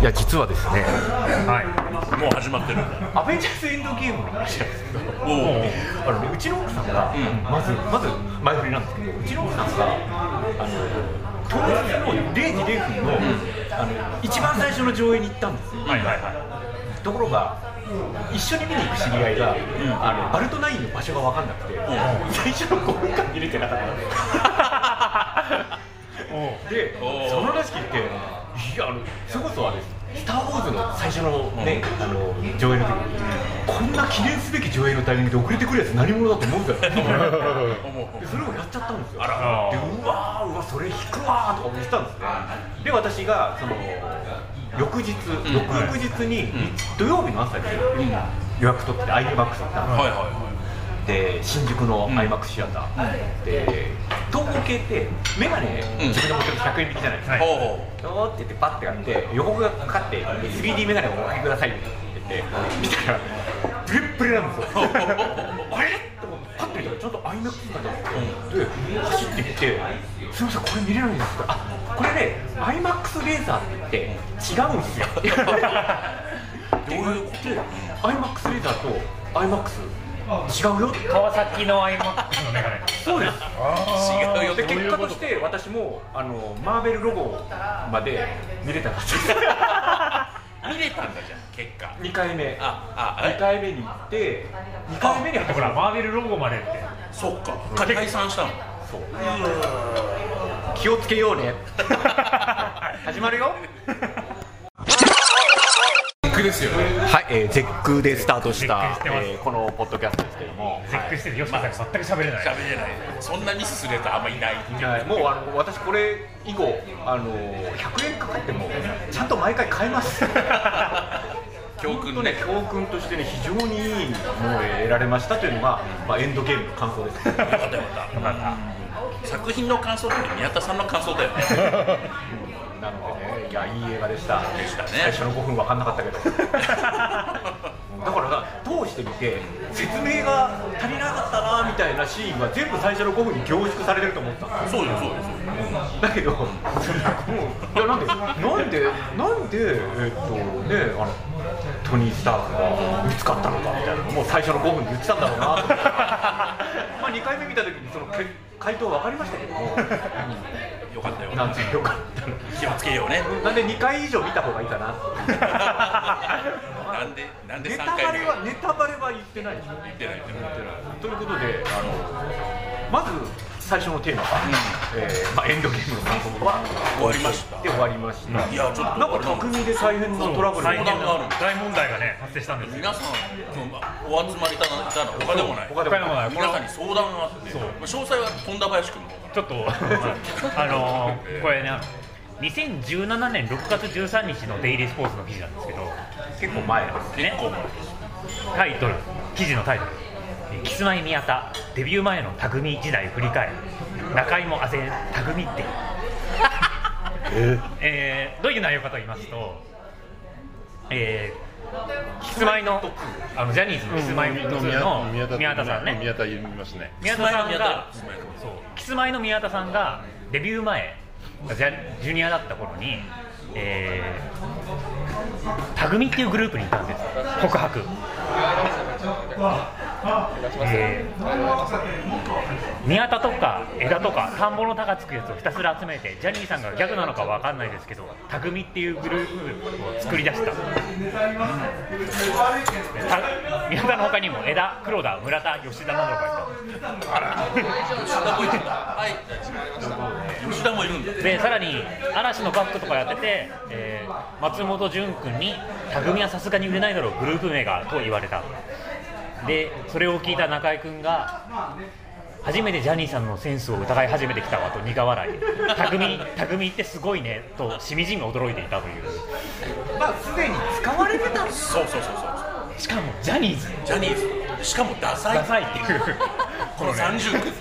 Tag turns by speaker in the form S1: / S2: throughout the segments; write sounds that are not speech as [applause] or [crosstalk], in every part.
S1: いや実はですね
S2: はいもう始まってるんだ
S1: アベンジャーズエンドゲームの話なんですけど
S2: おお
S1: あのね、うちの奥さんが、まずまず前振りなんですけどうちの奥さんがあの当日の0時0分の,、あの一番最初の上映に行ったんですよ
S2: はいはいは
S1: ところが一緒に見に行く知り合いが、
S2: ん
S1: あのバルトナインの場所が分かんなくて、
S2: ん
S1: 最初の5分間見れてなかったんですで
S2: おう
S1: その話聞いていやあのそれこそあれ「スター・ウォーズ」の最初の,、ねあの上映の時にこんな記念すべき上映のタイミングで遅れてくるやつ何者だと思うんだよ
S2: い思う
S1: でそれをやっちゃったんですよ
S2: あら
S1: でうわーうわそれ引くわーとか思ってたんですねで私がその翌日、翌々日に、土曜日の朝に予約取って IMAX 行ったんですよ
S2: はいは
S1: で新宿の IMAX シアター、で東宝系って眼鏡
S2: うん
S1: 自分で持ってると100円引きじゃないですか、
S2: いはいおお
S1: おーって言ってパッてやって予告がかかって 3D メガネをおかけくださいって言って見たらプレップレなんですよ [laughs] あれと思ってパッて見たらちゃんとアイマックスになっててで走って行って「すみませんこれ見れないんですか?」あこれねアイマックスレーザーって言って違うん [laughs] ですよ」
S2: どういうこと
S1: アイマックスレーザーとアイマックス違うよ
S3: 川崎のアイマックスのメガネ
S1: そうです
S2: 違うよ
S1: で
S2: そうい
S1: 結
S2: う
S1: 果
S2: こと
S1: して私もあのマーベルロゴまで見れたか
S2: 見れたんだじゃん結果
S1: 2回目
S2: ああえ
S1: 2回目に行って2回目に
S3: ほらマーベルロゴまでって
S2: そっか解散したの
S1: そう気をつけよう [laughs] ね始まるよ
S2: 逆ですよね
S1: はい、えー、ゼックでスタートした
S3: ゼックしてます
S1: えーこのポッドキャストですけども、
S3: 絶句してる吉野さんが全く喋れない
S2: 喋れないそんなミスするやつあんまいない
S1: はい、もうあの私これ以後あの100円かかってもちゃんと毎回買えます
S2: 教訓
S1: 本
S2: ね
S1: 当ね教訓としてね非常にいいものを得られましたというのが、まあ、エンドゲームの感想です
S2: よかったよかったよかった作品の感想って宮田さんの感想だよね
S1: なのでねいやいい映画でした
S2: でしたね
S1: 最初の5分分かんなかった
S2: [laughs]
S1: けどだから通してみて説明が足りなかったなみたいなシーンは全部最初の5分に凝縮されてると思った
S2: そうよそうよそうよ
S1: だ
S2: [laughs]
S1: けど、そんなもういやなんで、なんで、なんで、えっとね、あのトニー・スタークが見つかったのかみたいなのもう最初の5分で言ってたん
S2: [laughs]
S1: だろうなと思って、まあ2回目見たときにそのけ回答分かりましたけど
S2: [laughs]
S1: も、
S2: よかったよ
S1: なんてよかった
S2: 気をつけようね
S1: の、なんで2回以上見た方がいいかな
S2: なんでなんで
S1: ネ
S2: 3
S1: タ
S2: 回
S1: バ
S2: 目
S1: レは、ネタバレは言ってないでしょ。
S2: 言ってない言ってない
S1: ということで、あのまず最初のテーマは、えーまあ、エンドゲームの感想は
S2: 終わりました
S1: で終わりました。
S2: いやちょっと
S1: なんか巧みで再編のトラブル
S3: 大
S2: 相
S3: 問
S2: 談がある
S3: 大問題がね発生したんですよ
S2: 皆さん今日お集まりいただいたの他でもない
S1: 他で
S3: 他
S1: も
S3: の
S1: ない
S3: もこれ
S2: 皆さんに相談があって
S3: そう
S2: まあ詳細は富田林君の方から
S3: ちょっとあのーこれね2017年6月13日のデイリースポーツの記事なんですけど
S1: 結構前なんです
S3: ね
S2: 結構前
S3: タイトル記事のタイトルえー「キスマイ宮田デビュー前の匠時代振り返る中井もあぜん匠って」 [laughs] えーどういう内容かと言いますと、えーキスマイのあのジャニーズのキスマイの
S4: 宮
S3: 宮田さんね
S4: 宮田言いますね
S3: 宮田さん
S2: 宮
S3: が
S2: 田キスマイの
S3: そうキスマイの宮田さんがデビュー前ジャジュニアだった頃に、えー、タグミっていうグループにいたんです告白えー宮田とか枝とか田んぼの田がつくやつをひたすら集めてジャニーさんがギャグなのかわかんないですけどタグミっていうグループを作り出したた宮田の他にも枝黒田村田吉田などがいた
S2: 吉田もいるんだはい吉田もいるんだ
S3: でさらに嵐のバックとかやってて、えー松本潤君に「たぐみはさすがに売れないだろうグループ名が」と言われたでそれを聞いた中居君が「初めてジャニーさんのセンスを疑い始めてきたわ」と苦笑い「たぐみたぐみってすごいね」としみじみ驚いていたという
S1: まあすでに使われてたんです
S2: そうそうそうそう
S3: しかもジャニーズ
S2: ジャニーズしかもダサい
S3: ダサいっていう
S2: この30区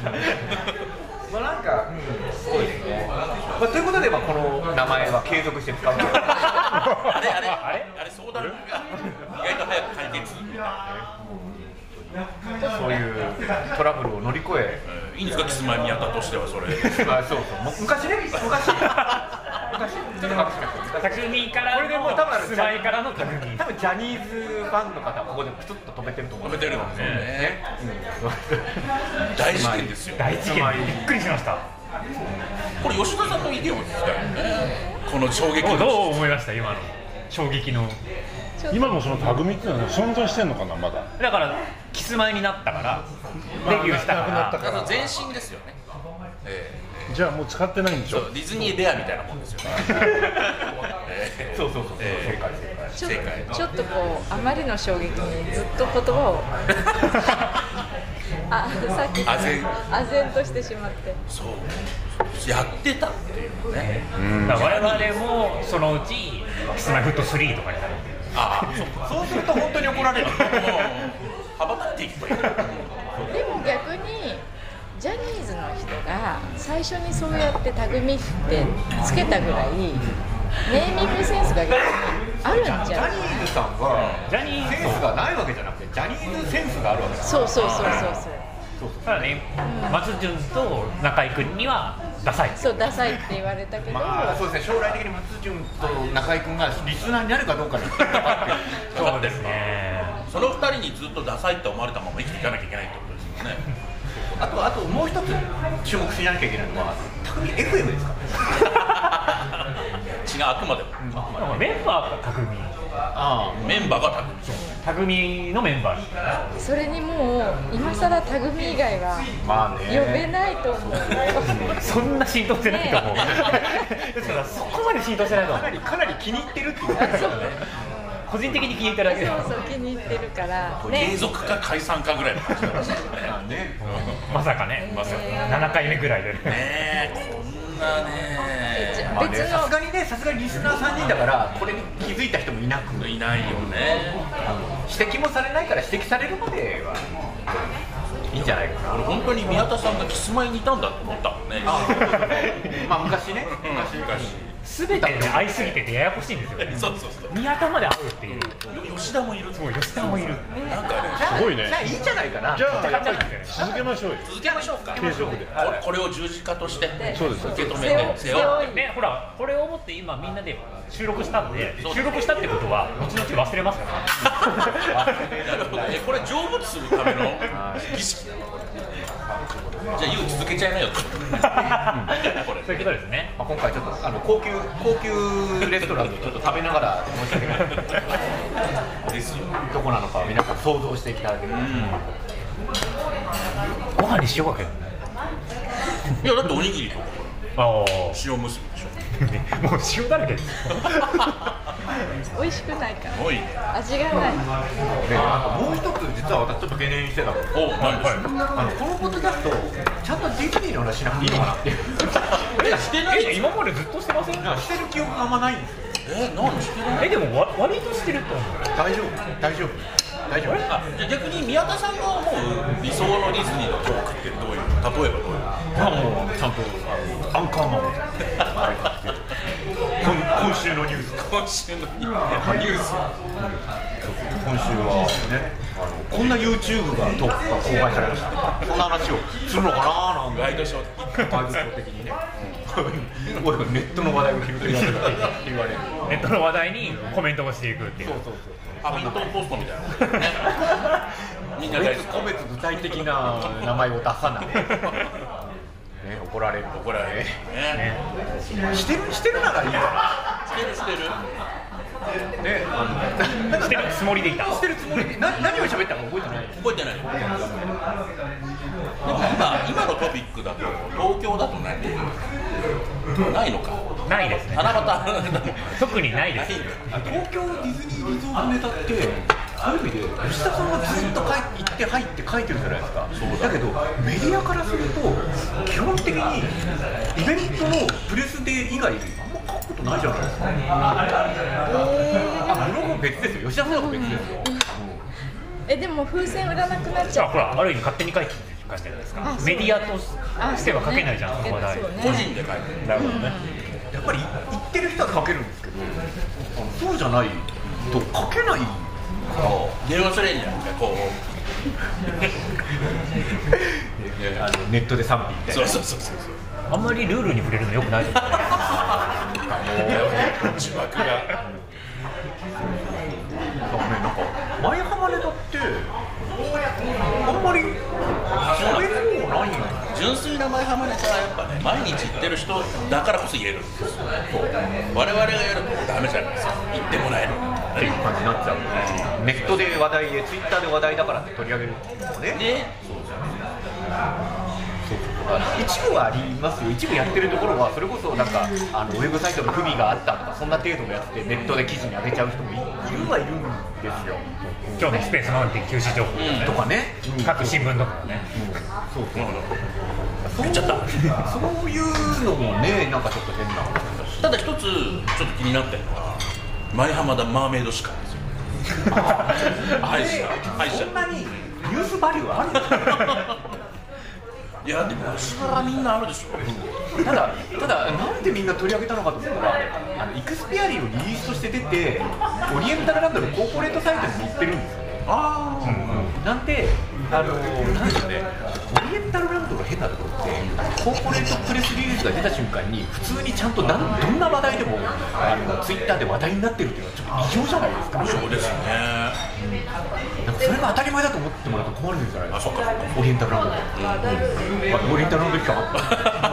S1: まあなんか、うん、すごいですね、まあ、ということで、まあ、この名前は継続して使 [laughs] うと
S2: あれあれ
S3: あ
S2: あ
S3: れ
S2: れあれ相談が意外と早く解決
S1: そういうトラブルを乗り越え
S2: いいんですかキスマイ宮田としてはそれ
S1: まあそうそうもう昔ね昔昔ちょっと隠しました
S3: 匠から
S1: こ
S3: の
S1: れでもう多分
S3: 菅井からの匠
S1: 多分ジャニーズファンの方はここでプツッと止めてると思う
S2: 食べてるもんね。
S1: うん
S2: 大事件ですよ。
S3: 大事件
S1: つまり
S3: びっくりしました
S2: これ吉田さんの意見を聞きたいよね。この衝撃
S3: おどう
S2: の。
S3: 思いました今の衝撃の
S4: 今もそのタグミっていうのは存在してんのかなまだ
S3: だからキスマイになったからデビューしたか
S4: まあなくな
S3: ら
S4: ったか
S2: あの前身ですよね。え
S4: じゃあもう使ってないんで
S2: え
S4: し
S2: そ
S4: ょ
S2: うディズニーレアみたいなもんですよね。ええ
S1: そうそうそうそう
S2: ええ
S1: 正解正解
S5: ちょっ
S2: 正解
S5: とちょっとこうあまりの衝撃にずっと言葉
S1: [laughs]
S5: をあさっき
S2: 唖然
S5: 唖然としてしまって
S2: そう。やってたっていうね。
S3: だから我々もそのうちキスマイフット3とかになる
S2: ああ、そうか。そうすると本当に怒られる。羽ばたっていけばいいから。
S5: でも逆にジャニーズの人が最初にそうやって「タグミ」ってつけたぐらいネーミングセンスが逆にあるん
S1: ジ
S5: じ
S1: ャ
S5: ゃ
S1: ニ
S5: ない
S1: ーズさんは
S3: ジャニーズ
S1: センスがないわけじゃなくてジャニーズセンスがあるわけだから
S5: そうそうそうそうそう
S3: ただね松潤と中居君にはダサい
S5: そうダサいって言われたけど、
S1: まあそうですね将来的に松潤と中居君がリスナーになるかどう [laughs] かに
S3: そうですね
S2: その二人にずっとダサいって思われたまま生きていかなきゃいけないってことですよね。
S1: あとあともう一つ注目しなきゃいけないのは匠 FM ですからね
S2: 違う、あくまでも。
S3: なんかメンバーが匠
S1: ああ
S2: メンバーが多分
S3: 匠のメンバーです
S5: それにもう今更タグミ以外は
S1: まあ
S5: 呼
S1: ね
S5: べない
S1: [laughs]
S5: と思う、
S3: そんな浸透してないと思う、ですからそこまで浸透してないと思
S1: かな
S3: う
S1: りかなり気に入ってるっていうことですよね
S3: 個人的に聞いただけで
S5: そうそう気に入ってるから
S2: 継続か解散かぐらいの感じだったんですよね。ね
S1: まあね
S3: まさかね、まさか7回目ぐらいで
S2: え、こんなね
S1: まあね
S5: 別の
S1: さすがにねさすがにリスナー3人だからこれに気づいた人もいなく
S2: いないよね。
S1: 指摘もされないから指摘されるまではいいんじゃないかな
S2: 俺本当に宮田さんがキスマイにいたんだと思ったもんね。
S1: まあ昔ね昔
S3: すべてね会いすぎててややこしいんですよね
S2: そうそうそう。
S3: 宮田まで会うっていう
S2: 吉田もいる。
S3: もう吉田もいる
S2: なんかね、
S1: す
S4: ごいね
S1: じゃあいいんじゃないかな
S4: じゃあ
S3: 戦っ
S4: やっ
S3: ちゃ
S4: ぱ
S3: う
S4: り
S3: んですよね
S4: 続けましょうよ
S2: 続けましょうか。
S4: 継続で
S2: ここれを十字架として受
S4: そうです
S2: け止
S5: 背
S2: め
S5: 負
S2: て、
S5: 背
S2: 背
S5: 負
S2: 負
S5: い
S2: っ
S3: ね、ほら、これをもって今みんなで収録したんで収録したってことは後々忘れますから
S2: て。なるほどね。これ成仏するための儀式だよこれじゃあ、ゆう続けちゃいなよってことね。これ
S3: [laughs] そういうことですね
S1: まあ、今回ちょっとあの高級高級レストランでちょっと食べながら申し訳ない
S2: ですよ。
S1: どこなのか皆さん想像していただければ、
S3: ご飯にしようかけどね
S2: [laughs] いや、だっておにぎりとか
S3: あ
S2: 塩むすびでしょ。
S3: あもう塩だらけですよ
S5: 美味しくないか
S2: すごいね。
S5: ら味がない
S1: であともう一つ実は私ちょっと懸念してたの
S2: お、何ですか
S1: あのこのポッドキャストちゃんとディズニーの話しなくていいのかなっていう
S2: え、してない
S3: え今までずっとしてません
S1: なんかしてる記憶があんまないんですよ
S2: え、何してない
S3: えでもわ割としてると思う
S1: 大丈夫大丈夫大丈夫
S2: あじゃあ逆に宮田さんの思う理想のディズニーのトークってどういう例えばどういう
S1: あもうちゃんとアンカーマンを今今週のニュース
S2: 今週のニュース
S1: 今週はねあのこんな YouTube がとが公開されましたそんな話をするのかななんて [laughs]
S2: ワイドショー的
S1: バイブス的にね [laughs] 俺がネットの話題を拾ってやってたって言われる [laughs]
S3: ネットの話題にコメントをしていくっていう
S2: ハミントンポストみたいなもん [laughs] ねみんな大好
S1: 個別具体的な名前を出さ [laughs] ない [laughs] ね怒られる
S2: き怒られるね
S1: してるしてるならいい
S2: [laughs]
S1: か
S2: してるしてる
S1: らねあの
S3: してるつもりでいた
S1: してるつもりでな何を喋ったか覚えてない
S2: 覚えてないでも今今のトピックだと東京だとないないのか
S3: ないですね
S2: 七夕だもん
S3: 特にないで
S2: ない
S3: す
S2: んだ
S1: 東京ディズニーリゾートネタってある意味で吉田さんがずっと書い行って入って書いてるじゃないですかだけどメディアからすると基本的にイベントのプレスデー以外あんま書くことないじゃないですかあブログも別ですよ吉田さんのも別ですよ
S5: えでも風船売らなくなっち
S3: じ
S5: ゃ
S3: ゃ
S5: う
S3: あほらある意味勝手に書いてるかしてるじゃない
S5: あ
S3: で
S5: そう
S3: すかメディアとしては書けないじゃんその話題
S5: そうね
S2: 個人で書いてる
S3: なるほどね
S1: やっぱり行ってる人は書けるんですけどあのそうじゃないと書けない
S2: 電話すれんじゃんかこう [laughs]
S1: あのネットで賛否みたい
S2: そ
S1: な
S2: うそうそうそう
S3: あんまりルールに触れるのよくないですね
S2: もう字幕が
S1: だからねなんか前浜ネタってあんまり喋るもないんだ
S2: 純粋な前浜ネタはやっぱね毎日行ってる人だからこそ言えるんですよ我々がやるとダメじゃないですか言ってもらえる
S1: っていう感じになっちゃうネットで話題でツイッターで話題だからって取り上げるのね
S2: ね
S1: 一部はありますよ一部やってるところはそれこそなんかあのウェブサイトの不備があったとかそんな程度のやつでネットで記事に上げちゃう人もいいるはいるんですよ
S3: 今日のスペースマウンテン休止情報とかね
S1: とかね、
S3: 各新聞とかね
S1: そうそう
S2: そう言っちゃった
S1: そういうのもねなんかちょっと変な
S2: ただ一つちょっと気になってるのが舞浜田マーメイドしかです [laughs] よ愛した愛し
S1: そん
S2: た
S1: なにニュースバリューあるんですか
S2: いやでも足柄みんなあるでしょ
S1: ただ、ただなんでみんな取り上げたのかと思ったら、あのイクスピアリーをリリースとして出て、オリエンタルランドのコーポレートサイトに載ってるんですよね。
S2: あ
S1: なんで、あのなんでしょうね、オリエンタルランドの変なところって、コーポレートプレスリリースが出た瞬間に、普通にちゃんとなんどんな話題でもあの、ツイッターで話題になってるっていうのは、ちょっと異常じゃないですか、
S2: あそうですね
S1: なんかそれが当たり前だと思ってもらうと困るんじゃないで
S2: あ
S1: す
S2: そ
S1: か
S2: っ、かそっか
S1: オリエンタルランドってあオリエンタルランド期間あった。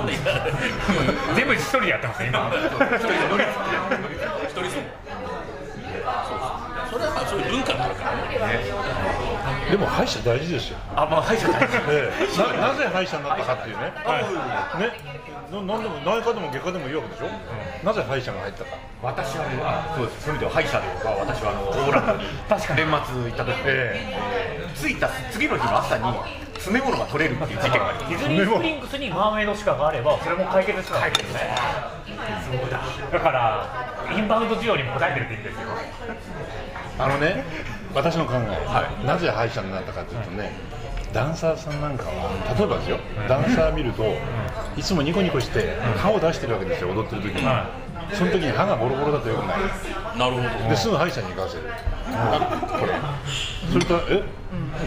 S3: 全部一人でやってますね今
S2: 一人そうそうそうそれはまあそういう文化があるからね
S4: でも歯医者大事ですよ、
S1: あ、まあ、歯医者大事
S4: ええななぜ歯医者になったかっていうね、ねななんでも内科でも外科でもいいわけでしょ、なぜ歯医者が入ったか、
S1: 私はね、そうです、そういう意味では歯医者で僕は、私は [laughs] あのオーランドに
S3: 確かに
S1: 年末行った時、えー、着いた次の日の朝に詰め物が取れるっていう事件があります。
S3: ディズニースプリングスにマーメイドシカがあればそれも解決した解決ねそうだだからインバウンド需要にも応えてるって言うんですよ
S4: あの [laughs] ね、私の考え、なぜ歯医者になったかっていうとね、ダンサーさんなんかは、例えばですよ、ダンサー見ると、いつもニコニコして、歯を出してるわけですよ、踊ってる時に、
S3: は
S4: その時に歯がボロボロだとよくない。
S2: なるほど
S4: ですぐ歯医者に行かせる、あこれそれとえ、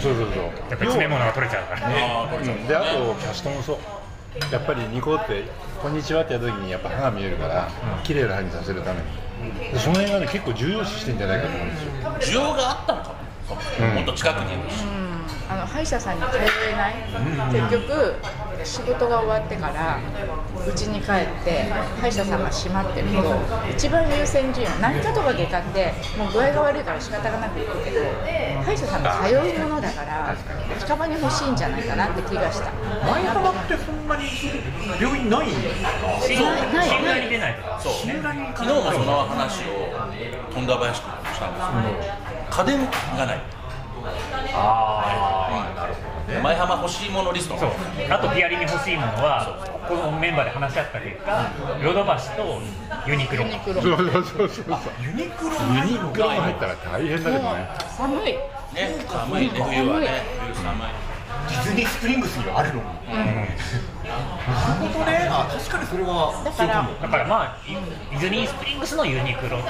S4: そうそうそう
S3: やっぱり詰め物が取れちゃうからね
S2: ああこれちょっ
S4: うんであとキャストもそうやっぱりニコって「こんにちは」ってやった時にやっぱ歯が見えるから綺麗な歯にさせるためにでその辺がね結構重要視してんじゃないかと思うんですよ
S2: と需要があったのかももっと近くにいるし
S5: あの歯医者さんに通えない、結局仕事が終わってからうちに帰って歯医者さんが閉まってると一番優先順位は何かとか外科ってもう具合が悪いから仕方がなく行くけど歯医者さんが通うものだから近場に欲しいんじゃないかなって気がした
S1: 前浜ってそんなに病院ないんですか
S3: 信
S5: ないない
S3: 頼に出ないとか
S2: そう昨日もその話を富田林君としたんですけど家電がない
S1: ああ、なるほどね。
S2: 舞浜欲しいものリスト
S3: そうあとピアリに欲しいものはこのメンバーで話し合った結果ヨドバシとユニクロ
S5: ユニクロ
S4: そうそうそうそうそう
S1: ユニクロ
S4: ユニクロが入ったら大変だけどね
S5: 寒い
S2: ね寒いね冬はね冬寒い
S1: ディズニースプリングスにはあるのに。なるほどね。あ、確かにそれは。
S5: だから
S3: だからまあいディズニースプリングスのユニクロと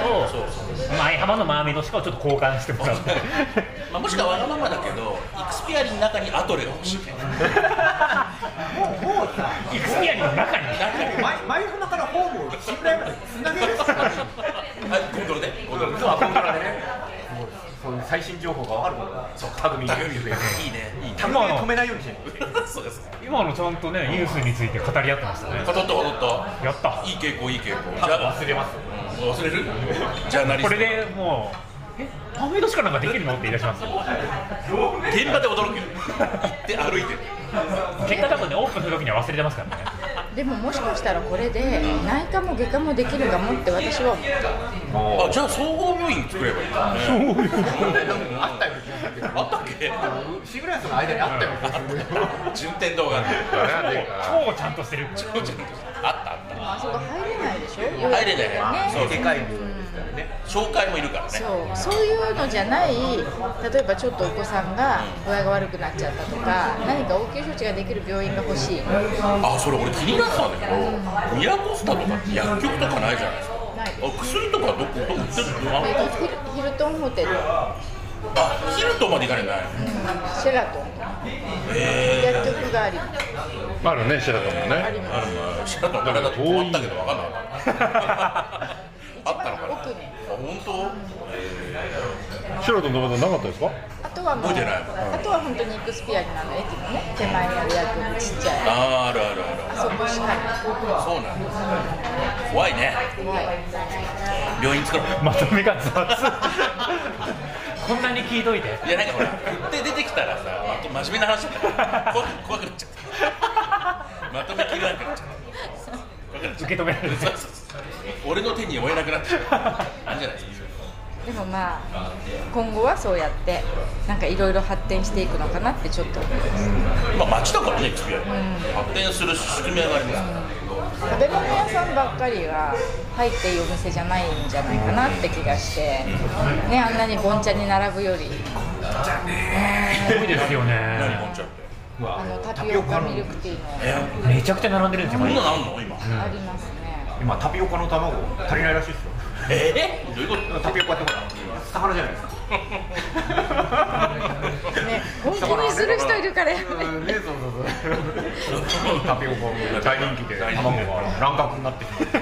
S3: 舞浜のマーメイドシカをちょっと交換してもらって [laughs]
S2: まあ、もしくはわがままだけど、イクスピアリの中にアトレが欲しいね。
S1: もうさ、
S3: イクスピアリの中
S1: 前
S3: に
S1: 前浜からホームを信頼までつなげる。
S2: はい、コントロで。コントロで。
S1: そう、コントラでね。そういう最新情報がわかるものだ。そう、タグミ。
S2: いいね。いいね。
S1: タグミ止めないようにしないと。
S2: そうですね。
S3: 今のちゃんとねニュースについて語り合ってましたね
S2: 踊った踊った。
S3: やった
S2: いい傾向、いい傾向。
S1: 多
S2: じ
S1: 分
S2: ゃあ、
S1: 忘れます。
S2: もう忘れるジャーナリスト。
S3: これでもう「えマーメイドシカなんかできるの?」って言い出しますよ
S2: 現場で驚くよ。行って歩いてる。
S3: 結果多分ねオープンする時には忘れてますからね
S5: でももしかしたらこれで内科も外科もできるかもって私は思っ
S2: あ、
S5: た
S2: じゃあ総合病院作ればいいんだね。
S1: あったよ。
S2: あったっけ
S1: シグラスの間にあったよ。
S2: 順天堂がね。
S3: 超ちゃんとしてる
S2: あったあった。
S5: あそこ入れないでしょ
S2: 入れない
S5: ね
S2: そう
S1: でかい病院ですからね。
S2: 紹介もいるからね。
S5: そうそういうのじゃない例えばちょっとお子さんが具合が悪くなっちゃったとか何か応急処置ができる病院が欲しいない
S2: あ、それ俺気になってたんだけど、宮古スタとかって薬局とかないじゃないですか。あ薬とかどこどこ売ってるの
S5: えっとヒルヒルトンホテル
S2: あヒルトンまで行かれない
S5: シェラトン薬局があります
S4: あるねシェラトンも
S5: あり
S4: ね
S5: ます
S2: あシェラトンこれが
S4: 遠い
S2: あったけど分かんなかったあったのかなあ
S5: 奥に
S2: 本当
S4: シェラトンのまだなかったですか
S5: あとはもう
S2: 覚えてない
S5: あとは本当にエクスピアリなの駅のね手前にある薬局ちっちゃい
S2: あーあるあるある
S5: あそこしかない
S2: そうなんですね怖いね
S5: 怖い
S2: 病院作ろう
S3: まとめが雑こんなに聞いといて
S2: いやなんかほら振って出てきたらさまと真面目な話だから怖く怖くなっちゃったまとめきれなくなっちゃった
S3: 受け止められる
S2: そうそうそう俺の手に負えなくなっちゃったあんじゃないですか
S5: でもまあ今後はそうやってなんかいろいろ発展していくのかなってちょっと思います
S2: まあ町だからね、XP は発展する仕組み上がりますから
S5: 食べ物屋さんばっかりは入っていいお店じゃないんじゃないかなって気がしてねあんなにぼん茶に並ぶより
S3: 多いですよね
S2: 何飲んじゃって
S5: あのタピオカミルクティーの
S2: えー、
S3: めちゃくちゃ並んでるんですよ
S2: こん
S3: 毎
S2: な
S3: 日
S2: のあんの今
S5: ありますね
S1: 今タピオカの卵足りないらしいですよ
S2: えー、どういうこと
S1: タピオカってほらサハラじゃないですか
S5: ね本気にする人いるからやめて
S1: うんねそうそうそう [laughs] タピオカも大人気で卵が乱獲になってしまって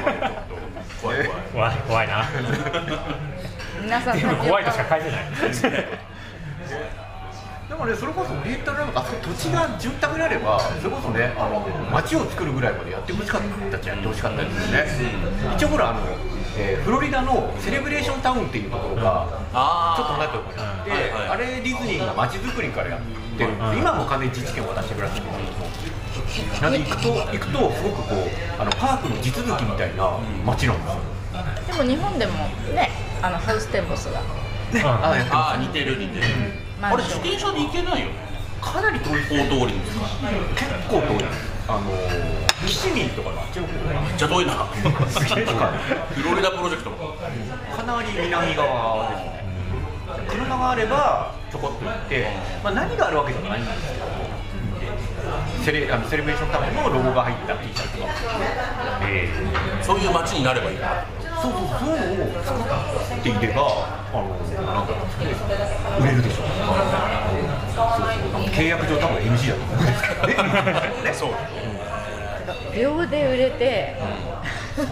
S2: 怖い怖い
S3: 怖い怖いな
S5: 皆さん
S3: 全
S5: タ
S3: 部
S5: ピオ
S3: 怖いとしか
S5: カ
S3: 返せない
S1: [laughs] でもねそれこそオリエンタルラブあそこ土地が住宅であればそれこそねあの街を作るぐらいまでやってほしかったじゃやってほしかったですよね一応ほらあの、えーフロリダのセレブレーションタウンっていうところが
S2: あ
S1: ちょっと離れ
S2: って
S1: るかなで、
S2: はいはい
S1: あれディズニーが街づくりからやってる、今も完全に自治権を渡してるらしいんですけどなんで行くと行くとすごくこうあのパークの地続きみたいな街なんですよ、
S5: でも日本でもねあのハウステンボスが
S1: ね
S3: うん
S1: あやってま
S2: あー似てる似てる、
S5: まあ
S2: あれ自転車で行けないよね
S1: すかなり遠い
S2: 大通りにですか
S1: 結構遠いあのー、キシミンとかのあっちの方
S2: めっちゃ遠いな
S1: すげえ近い
S2: フロリダプロジェクトも
S1: かなり南側ですね車があればちょこっと行って、まあ、何があるわけじゃないんですけど、セレあのセレブレーションタウンのロゴが入った T シャツとか
S2: そういう街になればいいな
S1: そうそうそういうのを作っていればあのなんか売れるでしょう、そうそう契約上多分 NG だと思うんですけどねねそう
S5: 秒で売れて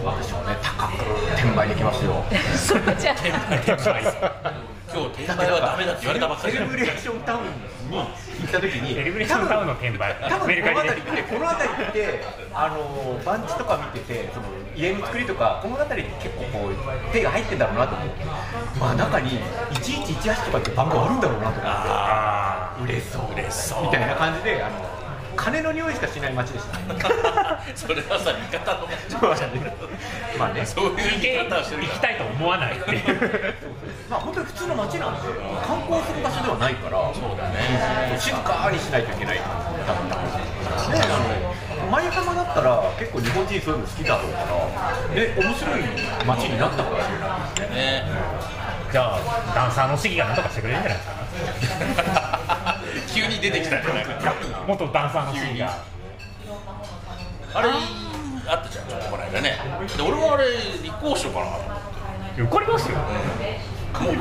S1: 私もね高く転売できますよ
S5: [laughs] そうじゃ
S2: [laughs] 今日転売はダメだって言われたばっかり
S1: セ
S2: じ
S1: レ
S2: ゃん
S1: ブレーションタウンに行った時に
S3: セレブレーションタウンの転売
S1: 多分
S3: メルカ
S1: この
S3: リ
S1: 辺り
S3: で
S1: ってこの辺りってあのー番地とか見ててその家の作りとかこの辺りって結構こう手が入ってんだろうなと思ってまあ中に1118とかって番号あるんだろうなと
S2: あ
S1: 思って売れそう
S2: 売れそう
S1: みたいな感じであの金の匂いしかしない街でしたね
S2: ーそれはさ味方の
S1: [laughs] まあね
S2: そういう言い方をしてる
S3: 行き
S2: か
S3: たいと思わないっていう
S1: まあ本当に普通の街なんで観光する場所ではないから
S2: らそうだね
S1: 静かにしないといけないだったんですねあの舞浜だったら結構日本人そういうの好きだろうからで面白い街になったかもしれない
S2: ね
S3: じゃあダンサーの市議がなんとかしてくれるんじゃないですか
S2: 急に出てきたじゃないか
S3: 元ダンサーの市議が
S2: あれあったじゃんちょっとこの間ねで俺もあれ立候補しようかな
S3: 受かりますよ
S2: もう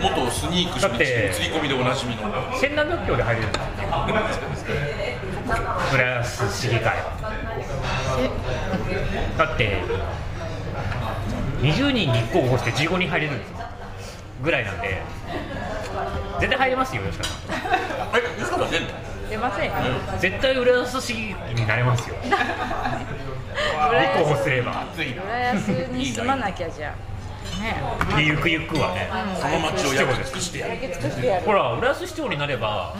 S2: 元元スニークし
S3: だっ
S2: に
S3: て
S2: 釣り込みでおなじみの
S3: 千何百票で入れるんだ浦安市議会はだって20人立候補して15人入れるんですよぐらいなんで絶対入れますよ吉川さ
S2: え吉川さん出んの
S5: 出ませんよ
S3: ん絶対浦安市議になれますよ立
S5: 浦
S3: 候補
S5: 安
S3: すれ [laughs] ば
S5: 浦安に住まなきゃじゃあね
S3: でゆくゆくはね
S2: その町を焼き尽くしてや
S5: や
S2: る
S5: り尽くしてやる
S3: ほら浦安市長になれば、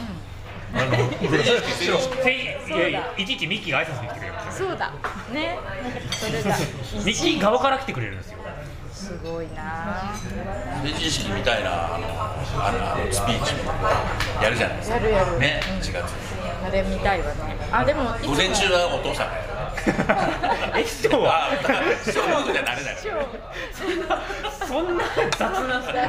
S3: あのせいいやいやいちいちミッキーが挨拶に来てくれますよ
S5: そうだねそれだ
S3: ミッキー側から来てくれるんですよ
S5: すごいなあ
S2: 成人式みたいなあのあのあのスピーチやるじゃないですか
S5: やるやる
S2: ね
S5: うん
S2: 4月
S5: あれ見たいわねあでもいつも
S2: 午前中はお父さんがやる
S3: え市長は
S2: ああそういうことじゃなれない
S5: 師匠
S3: そんな雑な
S5: 雑な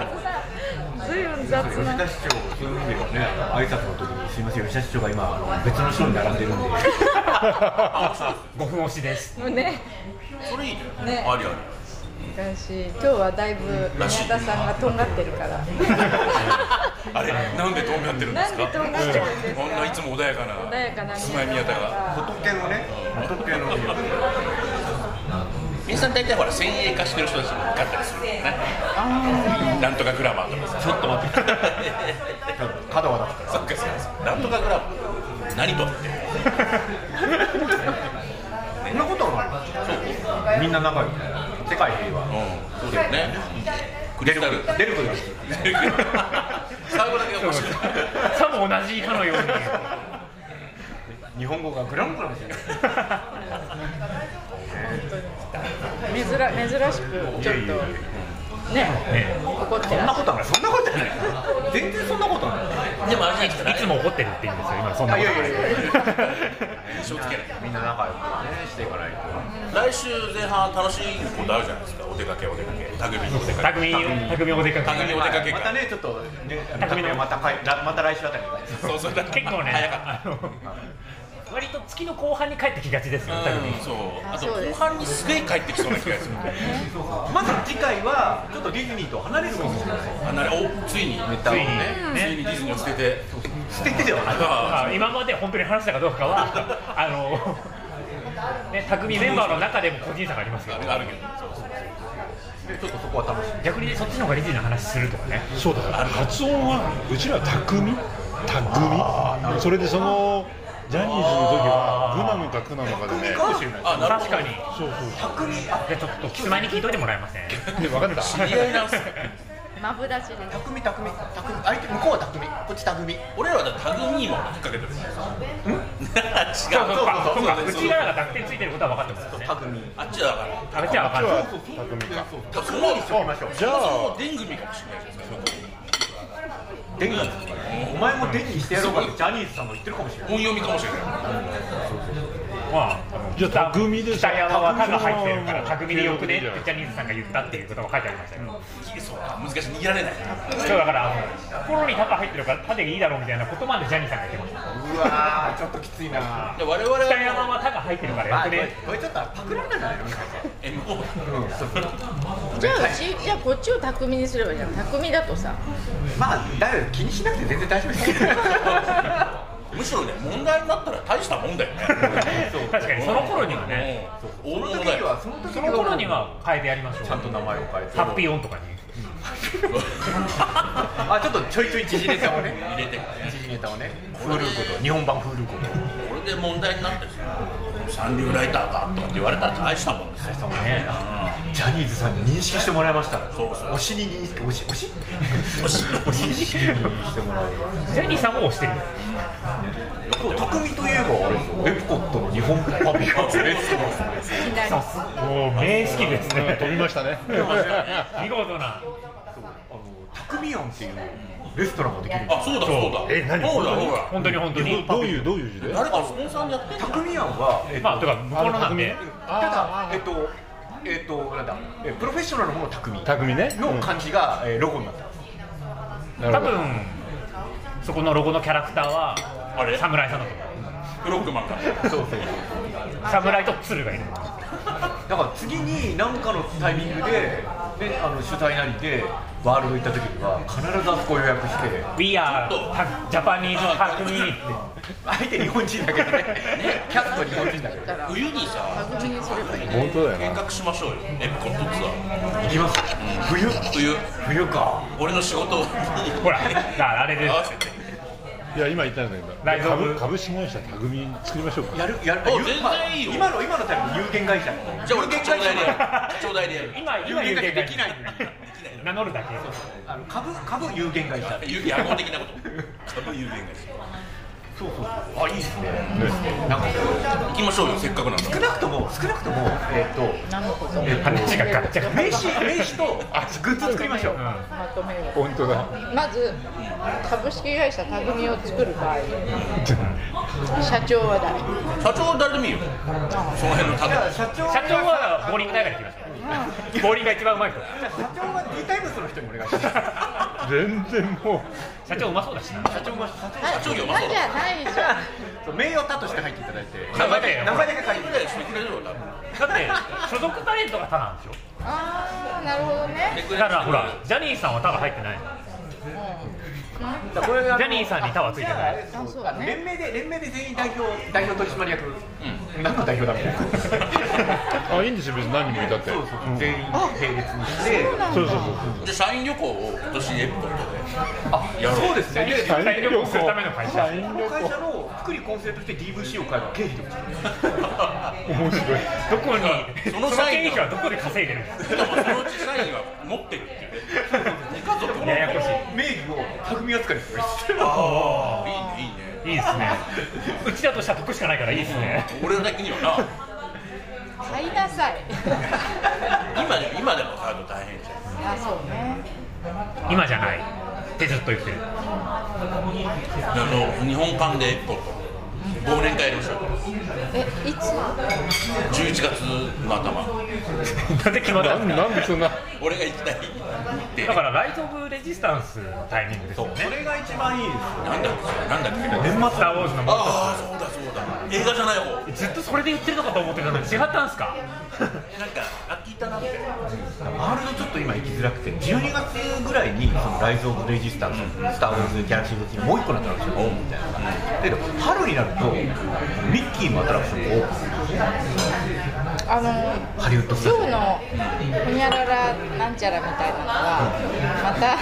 S5: ずいぶん雑
S1: 吉
S5: な
S1: 田市長、そういう意味ではね、挨拶の時に、すみません、吉田市長が今、あの別の人に並んでるんで、
S3: 5分押しです
S5: ね
S2: それいいね
S5: ね
S2: ありあり
S5: だし今日はだいぶ宮田さんがとんがってるから
S2: あれなんでどうなってるんですか
S5: なんでどうなってるんですか
S2: こんないつも穏やかな
S5: 穏やかな
S2: 住まい宮田が
S1: 仏のね仏のお宮
S2: 皆さん大体ほら先鋭化してる人たちがったりするよねなんとかグラマーとかさちょっと [laughs] 待って
S1: 香川だった
S2: そっかそっかなんとかグラマー何とって
S1: らそんなことはないみんな仲良く世界平和
S2: うんそうだよねクリスタル
S1: 出るくだ
S2: 最後だけが面白い
S3: さも同じかのように
S1: 日本語がグラングランしてる
S5: 珍珍しくちょっとね怒って
S1: そん
S5: ら
S1: な
S5: っし
S1: ことはないそんなことはない全然そんなことはない
S2: でもあれじゃない
S3: いつも怒ってるって言うんですよ今そんな
S1: あ
S3: こ
S1: い
S3: と
S1: やいやいや
S2: 気をつけない
S1: みんな仲良くねしていかないと
S2: 来週前半楽しいことあるじゃないですかお出かけお出かけ匠のお出かけ
S3: 匠
S2: 匠のお
S3: 匠お出かけ
S2: 出かけ
S1: ま
S2: か
S1: たねちょっとねあのまたかいまた来週あたりに
S2: そうそう結
S3: 結構ね
S2: 早かった
S3: あの割と月の後半に帰ってきがちですよ匠
S2: うんそうあと
S5: そうで
S2: 後
S5: す
S2: 半にすげえ帰ってきそうな気がするんで
S1: まず次回はちょっとディズニーと離れるかもしれない
S2: あなるおついに
S1: ネタをね
S2: ついにディズニーを捨てて
S1: 捨ててではない
S2: あ
S3: まあ今まで本当に話したかどうかは [laughs] あのね匠メンバーの中でも個人差がありますけど
S2: あるけどそうそう
S1: ちょっとそこは楽しみ
S3: 逆にそっちの方が理事の話するとかね
S4: そうだよ発音はうちらは匠匠それでそのジャニーズの時は具なのか苦なのかでね
S2: あなるほ
S3: 確かに
S4: そうそう
S3: じ
S4: そ
S3: ゃあちょっとキスマイに聞いといてもらえません
S4: うで分かった
S2: ど知り合いなんすよ
S5: ゃマブダチです
S1: 匠匠匠相手向こうは匠こっち匠
S2: 俺らだタグミーも引っ掛けてるから [laughs] 違う
S3: そうそうかそうか
S2: そう
S3: う
S2: そう
S3: ちらが濁点ついてることは分かってますよね
S1: 匠
S2: あっちはだから
S3: あれじゃあ分かんない
S4: 匠か
S2: だからその
S1: 行きましょう
S4: じゃあ
S2: デングミかもしれないじゃないですか
S1: デニーお前もデニーしてやろうかってジャニーズさんも言ってるかもしれない
S2: 音読みかもしれない
S3: まあ
S4: じゃあ匠で
S3: 北山は「た」が入ってるから「
S4: 匠
S3: 匠
S4: の
S3: でよくね」ってジャニーズさんが言ったっていうことが書いてありましたよ
S2: そうか難しい握られない
S3: そうだからあの心に「た」が入ってるから「た」でいいだろうみたいなことまでジャニーさんが言ってました
S1: うわーちょっときついな
S2: で我々
S3: 北山
S2: は
S3: は「た」が入ってるから
S1: あ
S3: よ
S1: こ
S3: く
S1: れ
S3: ね
S1: これちょっとパクられたんじゃないの
S2: MO だ
S5: じゃあうちじゃあこっちを匠にすればいいじゃん匠だとさ
S1: まあだよ気にしなくて全然大丈夫 [laughs] ですけど
S2: むしろね問題になったら大したもんだよね
S3: 確かにその頃にはね
S2: うん
S1: そ
S2: 大
S1: の
S2: 物
S1: 時
S2: だ
S1: に
S2: よ
S1: はその時
S3: その頃には変えてやりましょう
S1: ちゃんと名前を変えて
S3: ハッピーオンとかに
S1: あちょっとちょいちょい時事ネタをね
S2: 入れてからね
S1: 時事ネタをねフールーこと日本版フールーこと
S2: これで問題になってさ三流ライターかとかって言われたら大したもんですよ
S1: さんもねジャニーズさんに認識してもらいました
S2: そうそう
S1: 推しに認識推し推し
S2: もし
S1: 推しに認識してもらう
S3: ジャニーさんも押してる
S1: 匠といえばあれですよエプコットの日本パビオンレ [laughs] ッツ
S5: みんなに
S3: さすがもう名識ですね
S4: 飛びましたね
S3: 見事な
S1: 匠庵っていうレストランができるんです
S2: あそうだそうだ
S4: え何
S2: ほらほら
S3: 本当に本当に
S4: どういうどういう字で
S2: 誰かスポンサーにやってんじゃん
S1: 匠庵は、えっと
S3: まあだから向こうのなんで
S1: ただえっとえっとなんだえプロフェッショナルの方の匠
S4: 匠ね
S1: の漢字が、えーロゴになってます
S4: なる
S3: 多
S4: ほど
S3: 分そこのロゴのキャラクターは
S2: あれ
S3: 侍さんだと思
S2: ブロックマン
S1: そ
S2: か
S1: うそう
S3: う侍と鶴がいる
S1: だから次に何かのタイミングで、ね、あの主催なりでワールド行った時には必ずあそこ予約して
S3: We are ジャパニーズハクミ
S1: 相手日本人だけどねキャスト日本人だけど
S5: だから
S2: 冬にさ
S5: 匠にすればいい
S4: 本当だ
S2: 計
S4: よな
S2: 画しましょうよエプコットツアー
S1: 行きます冬
S2: 冬
S1: 冬か
S2: 俺の仕事に
S3: ほらだからあれで
S2: 合
S3: す
S2: わせて
S4: いや今言ったんだ
S3: 大
S4: けど
S3: 丈夫
S4: 株株式会社匠作りましょうか
S1: やるやる
S2: お
S1: ゆ
S2: 全然いいよ
S1: 今の今のタイミング有限会社
S2: じゃあ俺貴重代でやる貴重代でやる
S3: 今
S1: 有
S3: 今
S1: 限会
S3: 言うて
S1: 社できないの
S3: 名乗るだけ
S1: あの株株有限会社
S2: 有野望的なこと株有限会
S1: [laughs]
S2: 社
S1: そうそうそうあいいですねなんか
S2: 行きましょうよせっかくなんだ
S1: 少なくとも少なくともえっ、と
S5: 何のこと
S1: えっと
S3: 話がガッチャガチ
S1: 名刺名刺とグッズ作りましょう
S3: ャ
S5: まとめよう
S4: 本当だ
S5: まず株式会社匠を作る場合社長は誰
S2: 社長は誰でもいいよその辺のタ
S1: じゃあ
S2: グ
S1: 社長
S3: 社長はボーリング大会に来ましたボーリングが一番うまい人
S1: じゃあ社長はティータイムズの人にお願いします
S4: 全然も
S3: 社長うまそうだしな
S1: 社長も社
S5: は
S2: 社長業
S5: い
S2: ま
S5: な
S2: あそう
S5: じゃないじゃん
S1: 長名誉他として入っていただいて
S3: 名前だよ
S1: 名前だけ書い
S2: ぐ
S1: て
S2: らいしてくれるよ多分
S3: だって所属タレントがタナなんでしょ
S5: ああなるほどね
S2: で
S3: だからほらジャニーさんはタナ入ってない
S1: だからこれがあの
S3: ジャニーさんにタワーついてない
S5: あそうだね
S1: 連盟で連盟で全員代表代表取締役、何の代表だみたいな
S4: あいいんですよ別に何人もいたって
S1: そうそうそう全員並列にして
S4: そうそうそう
S2: で社員旅行を今年エプトンで
S1: あ
S2: やろう
S1: そうですねで
S3: 社員旅行するための会社
S4: 社員
S1: こ
S4: 旅
S1: の会社
S4: 行
S1: の福利厚生として DVC を変える経費とか
S4: 面白い
S3: どこに
S2: そ
S3: そ
S2: の
S3: の
S2: 社員
S3: 経費はどこで稼いでるんです
S2: しかもそのうち社員は持ってるっていうね家族も
S3: ややこし
S1: 名義を匠扱いする
S2: ああいいねいいね
S3: いいいですねうちだとしたら得しかないからいいですね
S2: 俺だけにはな
S5: 買いなさい
S2: 今でも今でも買うの大変じゃん
S5: あそうね
S3: 今じゃないってずっと言ってる
S2: あの日本館でエプトン忘年会やりましょう
S5: えいつ
S2: 11月の頭
S3: なぜ決まった
S4: なんん
S3: ですか
S4: なんでそんな
S2: 俺が行きたいって
S3: だからライト・オブ・レジスタンスのタイミングですよね
S1: れが一番いいです
S2: なんだっけなんだっけ
S3: 年末スター・ウォーズのも
S2: ああそうだそうだ映画じゃない方なんか
S3: ずっとそれで言ってるのかと思ってたのに違ったんすか
S2: あ聞いたなって
S1: ワールドちょっと今行きづらくて12月ぐらいにそのライズ・オブ・レジスタンス、スター・ウォーズ・ギャラクシー・ブッキもう一個のアトラクションがオープンみたいなのがだけど春になるとミッキーのアトラクションがオープンする
S5: あの
S1: ハリウッドスタ
S5: 今
S1: ジ
S5: 日のほにゃららなんちゃらみたいなのはまた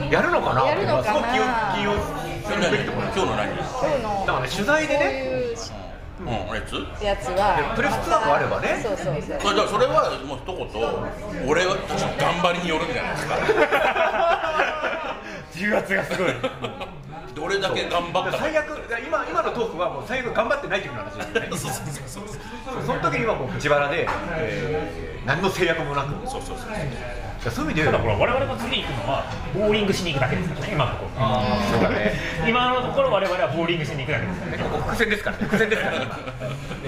S1: オやるのかな
S5: やるの
S1: す
S5: かな
S1: ごい気を気をするべきところ
S2: 今日の何
S5: 今日の
S1: だからね取材で
S5: こう
S1: ね
S5: いう
S2: うん、あれつ
S5: やつは
S1: プレスツアーもあればね
S5: そうそうそう
S2: それだからそれはもう一言俺は頑張りによるんじゃないですか
S3: 重圧がすごい
S2: どれだけ頑張ったか
S1: 最悪今今のトークはもう最悪頑張ってない時の話ですよね
S2: そうそうそうそう
S1: その時にはもう自腹で、えー何の制約もなくそうそうそうそういう意味で
S3: ただ
S1: 言う
S3: ほら我々が次行くのはボーリングしに行くだけですからね今のところ
S1: そうだね
S3: 今のところ我々はボーリングしに行くだけですからね
S1: ここ伏線ですからね伏線ですからねで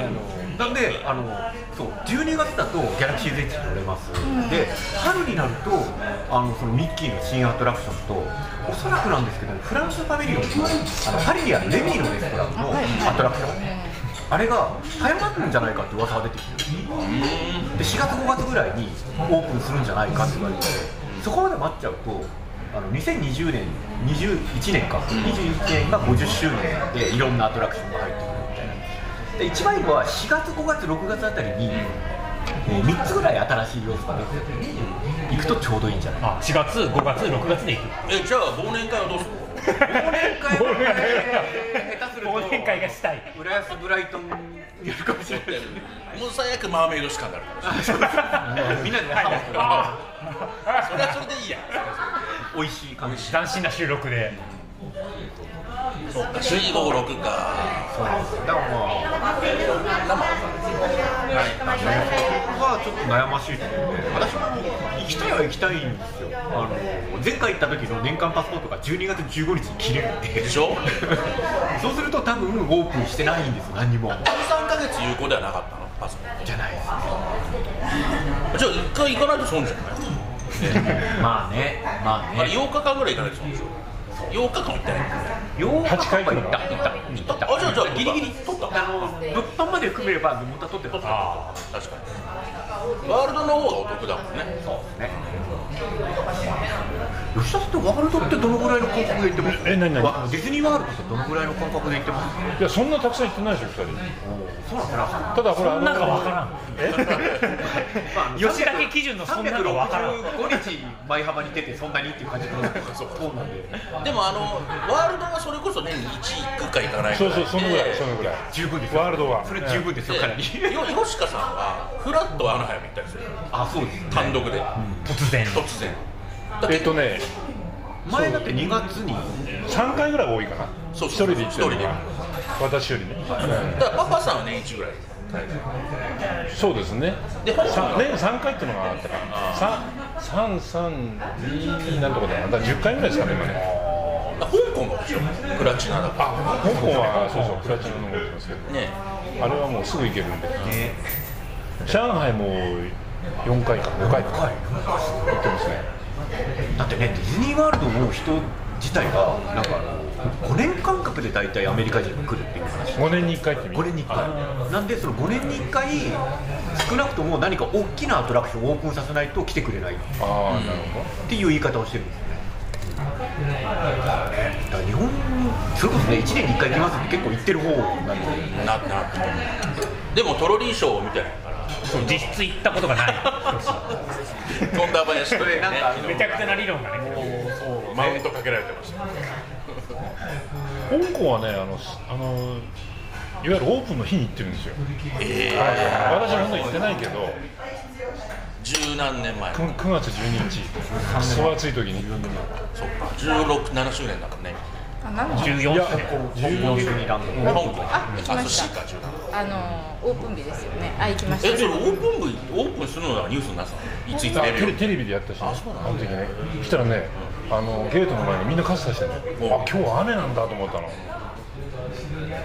S1: あの [laughs] なんであのそう12月だとギャラクシー Z に乗れます、で春になるとあのそのミッキーの新アトラクションとおそらくなんですけどフランスパビリオンのあのパリにあるレミーのレストランのアトラクション、あれが早まるんじゃないかって噂が出てきてるで4月5月ぐらいにオープンするんじゃないかって言われててそこまで待っちゃうとあの2020年21年か21年が50周年なんでいろんなアトラクションが入ってくるみたいなで一番いいのは4月5月6月あたりに、え3つぐらい新しい要素が出てて行くとちょうどいいんじゃ
S3: [laughs]
S1: ない
S3: あ4月5月6月で行く
S2: えじゃあ忘年会はどうする
S1: 忘年会
S3: 忘年会
S1: 下手すると
S3: 忘年会がしたい
S1: 浦安ブライトンやるかもしれない
S2: もう最悪マーメイドしかになるから
S1: みんなで
S3: はい
S1: 歯
S3: あ
S2: それはそれでいいや
S1: を美味しい感じ
S3: ー斬新な収録で
S2: そうか456か
S1: そうなんですよだからまあ
S2: はい
S1: がちょっと悩ましいと思うんで、私も行きたいは行きたいんですよ、あの前回行った時の年間パスポートが12月15日に切れるんで、
S2: でしょ
S1: そうすると、多分オープンしてないんです、何にも。
S2: 13ヶ月有効ではなかったのパソコ
S1: じゃないです
S2: ンじゃあ一回行かないと損じゃない
S1: ね、まあね、ま
S2: あれ8日間ぐらい行かないと損でしょ8日間行ってない
S1: 8日間は行った、
S4: 八
S1: 行った、行った、
S2: あじゃあじゃあ
S1: ギリギリ
S2: 取った
S1: あの物販まで含めれば、本当は取ってた
S3: あ
S2: 確かにワールドの方がお得だもんね
S1: ね。吉田さんってワールドってどのぐらいの感覚で行ってます
S4: ええ何何
S1: わディズニーワールドってどのぐらいの感覚で行ってます
S4: いやそんなたくさん行ってないでしょ二人
S1: そうなんですか
S4: ただほら
S3: そんなんがわからん
S1: まあ
S3: 吉田家基準のそんなのわからん
S1: 365日舞浜に出てそんなにっていう感じのそうなんで
S2: でもあのワールドはそれこそ年に1行くか行かないか
S4: そうそうそのぐらいそのぐらい
S1: [laughs] 十分ですよ
S4: ワールドは
S1: それ十分ですよかなり
S2: でよ吉川さんはフラットアナハイム行ったりする
S1: [laughs] あそうです
S2: 単独で
S3: 突然
S2: 突然だけ
S4: えっとね
S1: 前だって2月に
S4: 三回ぐらい多いかな
S2: そう
S4: 一人で行ってるの
S2: 一人で
S4: が私よりね、
S2: だからパパさんは年1ぐらい
S4: そうですね
S2: で
S4: さ年3回っていうのがあったから332なんとかだなだから10回ぐらいですかね今ね
S2: あ香港が面白いプラチナだか
S4: あ香港はそうそうプラチナの方行きますけど
S2: らね
S4: あれはもうすぐ行けるんで、上海も4回か5回か行ってますね
S1: だってねディズニーワールドの人自体がなんかあの5年間隔で大体アメリカ人が来るっていう話
S4: 5年に1回ってみ
S1: 5年に1回なんでその5年に1回少なくとも何か大きなアトラクションをオープンさせないと来てくれないっ
S4: ああなるほ
S1: ていう言い方をしてるんですよねだから日本それこそね1年に1回行きますって結構行ってる方なんで
S2: ななでもトロリーショーみたいな
S3: そう実質行ったことがない
S2: 飛んだ林とね
S1: なんか
S3: めちゃくちゃな理論がね
S2: マウントかけられてました
S4: 香港はねあのすあのいわゆるオープンの日に行ってるんですよ、はい私は本当に行ってないけど
S2: 十何年前
S4: 9, 月12日クソ暑い時に
S2: そっか167周年だもんね
S5: あなんだ
S3: 14
S4: いや
S3: 歳
S1: 本当にランド
S2: 香港
S5: あ行きま
S2: そっ
S5: し
S2: か17
S5: たあのオープン日ですよねあ行きまし
S2: えそれ
S5: た
S2: オープン部オープンするのがニュースになってたのいついつ
S4: あ
S2: 出
S4: テ
S2: る
S4: レ
S2: よ
S4: テレビでやったし、ね、あの時ねそしたらねあのゲートの前にみんな傘差してるのあ今日は雨なんだと思ったの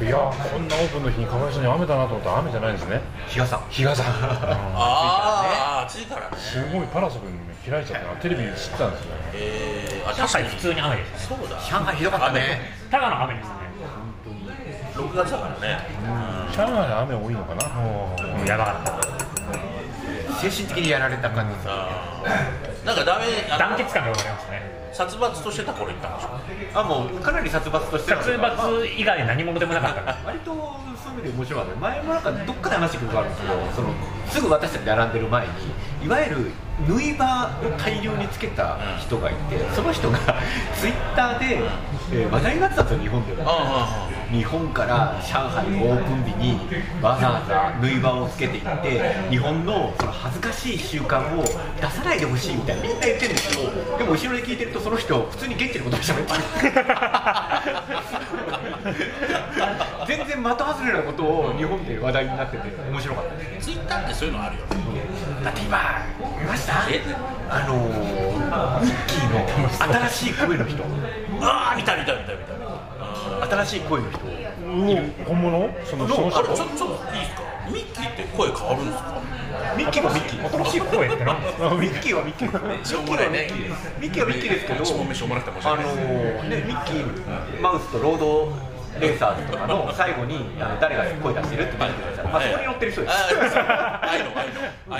S4: いやーこんなオープンの日にかわいそうに雨だなと思ったら雨じゃないんですね
S1: 日傘
S4: 日傘
S2: あーあー暑いからね
S4: すごいパラソルに開いちゃったなテレビに映ってたんですよね
S2: えーあ
S3: 上
S2: 確か
S3: 海
S2: に
S3: 普通に雨ですね
S2: そうだ
S1: 上海ひどかったね
S3: ただの雨ですね
S2: 6月だからね
S4: 上海の雨多いのかな
S3: もうやばかった
S1: 精神的にやられた感じさ
S2: あーなんかダメあの
S3: 団結感が生まれますね
S2: 殺伐としてた頃行ったんでしょ
S1: あもうかなり殺伐としてる
S3: 殺伐以外何者でもなかったから
S1: 割とそういう意味で面白かった前もなんかどっかで話したことがあるんですけどそのすぐ私たち並んでる前にいわゆる縫い場を大量につけた人がいてその人が [laughs] ツイッターで、えー話題になってたんですよ日本では
S2: ああ
S1: 日本から上海オープン日にわざわざ縫い場をつけていって日本のその恥ずかしい習慣を出さないでほしいみたいなみんな言ってるんですけどでも後ろで聞いてるとその人普通に現地のことを喋ってる全然的外れなことを日本で話題になってて面白かったですね
S2: ツイッターってそういうのあるよね
S1: だって今見ました
S2: え
S1: あのー、ミッキーの新しい声の人
S2: ああ見た見た見た見たあ
S1: 新しい声の人
S4: 本物そのその
S2: ーあれ
S4: 人
S2: ちょちょっといいですかミッキーって声変わるんですか
S1: ミッキーはミッキー
S3: 新しい声って何ですか
S1: ミッキーはミッキーです
S2: しょうもないね
S1: ミッキーはミッキーですけど
S2: 一問目しょうもなくて申し
S1: あ
S2: 訳
S1: の
S2: ないです
S1: ーね、ミッキーマウスとロードレーサーズとかの最後にあの誰が声出してるって見てください、まあ、そこに載ってる人です
S2: あいの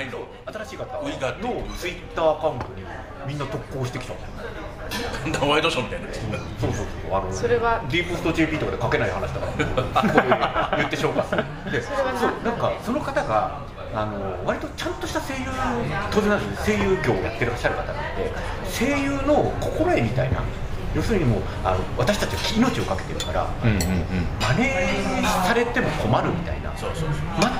S2: あいのあいの
S1: 新しい方
S2: ウィガー
S1: のツイッターアカウントにみんな特攻してきたんだよ
S2: なんだワイドショーみたいな
S1: そうそうそうあの
S5: それは
S1: ディープスト JP とかで書けない話だからこういう言って消化するで
S5: [laughs] それはな
S1: そうなんかその方があの割とちゃんとした声優の当然なんですけど声優業をやってらっしゃる方なんで声優の心得みたいな要するにもうあの私たちは命をかけてるから、
S4: うんうんうん
S1: 真似されても困るみたいな
S2: そうそう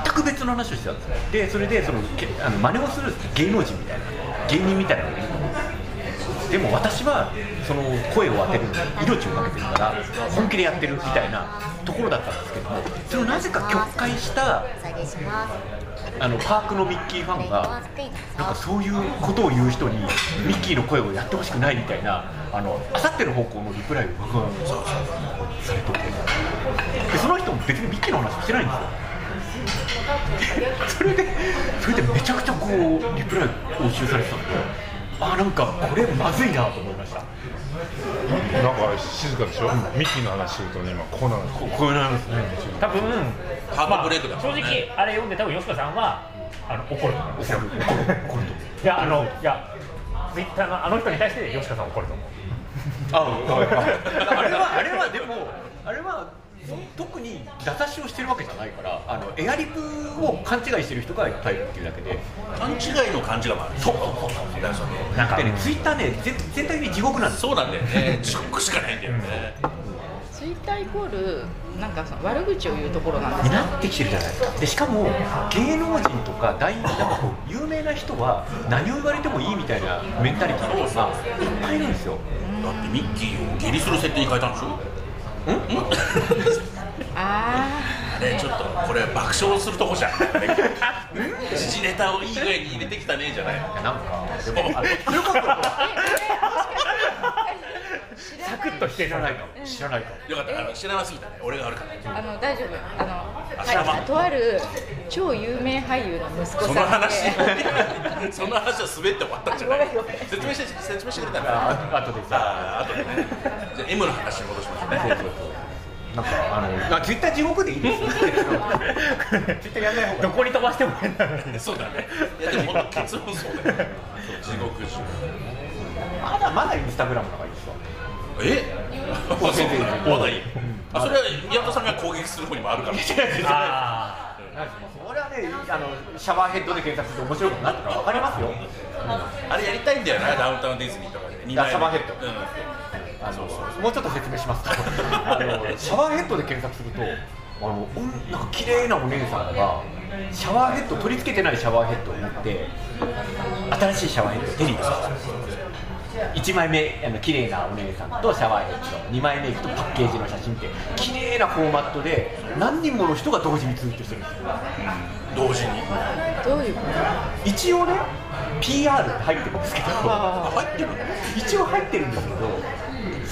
S1: 全く別の話をしてたんですよでそれでそのけあの真似をする芸能人みたいな芸人みたいなのがいるでも私はその声を当てるのに命をかけてるから本気でやってるみたいなところだったんですけどもそれをなぜか曲解したあのパークのミッキーファンがなんかそういうことを言う人にミッキーの声をやってほしくないみたいなあのあさっての方向のリプライを僕はされててでその人も別にミッキーの話してないんですよ [laughs] それでそれでめちゃくちゃこうリプライを押収されてたんであなんかこれまずいなと思いました
S4: なんか静かでしょ、ミッキーの話するとね、今こうなるんですよ
S1: こういうのですね
S3: 多分
S2: ハートブレイクだ
S3: まあ
S2: もんね
S3: 正直あれ読んで多分吉川さんはあの怒ると思うんですよ
S1: これと
S3: いやあのいやツイッターのあの人に対して吉川さん怒ると思う
S1: [laughs] ああれはあれはでもあれは特にダサしをしてるわけじゃないからあのエアリプを勘違いしてる人がいっぱいいるっていうだけで
S2: 勘違いの感じがあるそう
S3: なんか
S1: でねツイッターねぜ全体的に地獄なんですよ
S2: そうなんだよね地獄しかないんだよね
S5: ツイッターイコールなんかその悪口を言うところなんです
S1: に
S5: ね
S1: なってきてるじゃないですかでしかも芸能人とか大なんかこう有名な人は何を言われてもいいみたいなメンタリティーがいっぱいいるんですよ
S2: だってミッキーを下痢する設定に変えたんでしょ
S5: あ
S2: あれちょっとこれ爆笑するとこじゃん時事ネタをいい具合に入れてきたねじゃない
S1: いやなんかで
S2: そう
S1: もあれ強かった
S3: サクッと否定
S1: 知
S3: さ
S1: ら
S3: れ
S1: な
S3: ないい
S1: かも知らないかも
S2: よかったあの知らなすぎたね俺が悪かった
S5: ああの大丈夫あの
S2: あらま
S5: はいとある超有名俳優の息子
S2: その
S5: さんで
S2: 話その話は滑って終わったんじゃない説明して説明してくれたら
S1: ああとでさ
S2: ああとでねじゃあ M の話に戻しましょうね
S1: なんかあのあツイッター地獄でいいですツイッターやんない方が
S3: どこに飛ばしてもいいんだろう
S2: そうだね。いやでも本当結論そうだよ。地獄中。
S1: まだまだインスタグラムの方がいいですわ
S2: えあそうまだいいあそれは宮田さんが攻撃する方にもあるから
S3: あ
S1: なんかそれはねあのシャワーヘッドで検索すると面白いことになってるの分かりますよ
S2: あれやりたいんだよなダウンタウンディズニーとかで2
S1: あシャバーヘッド
S2: うん
S1: あのもうちょっと説明しますとあのシャワーヘッドで検索するとあのおんなんか綺麗なお姉さんがシャワーヘッド取り付けてないシャワーヘッドを持って新しいシャワーヘッドを手に入れたんですよ1枚目あの綺麗なお姉さんとシャワーヘッド2枚目いくとパッケージの写真って綺麗なフォーマットで何人もの人が同時にツイートしてるんですよ
S2: 同時に
S5: どういうこと
S1: 一応ね PR って入ってるんですけど
S5: 入
S1: ってる一応入ってるんですけど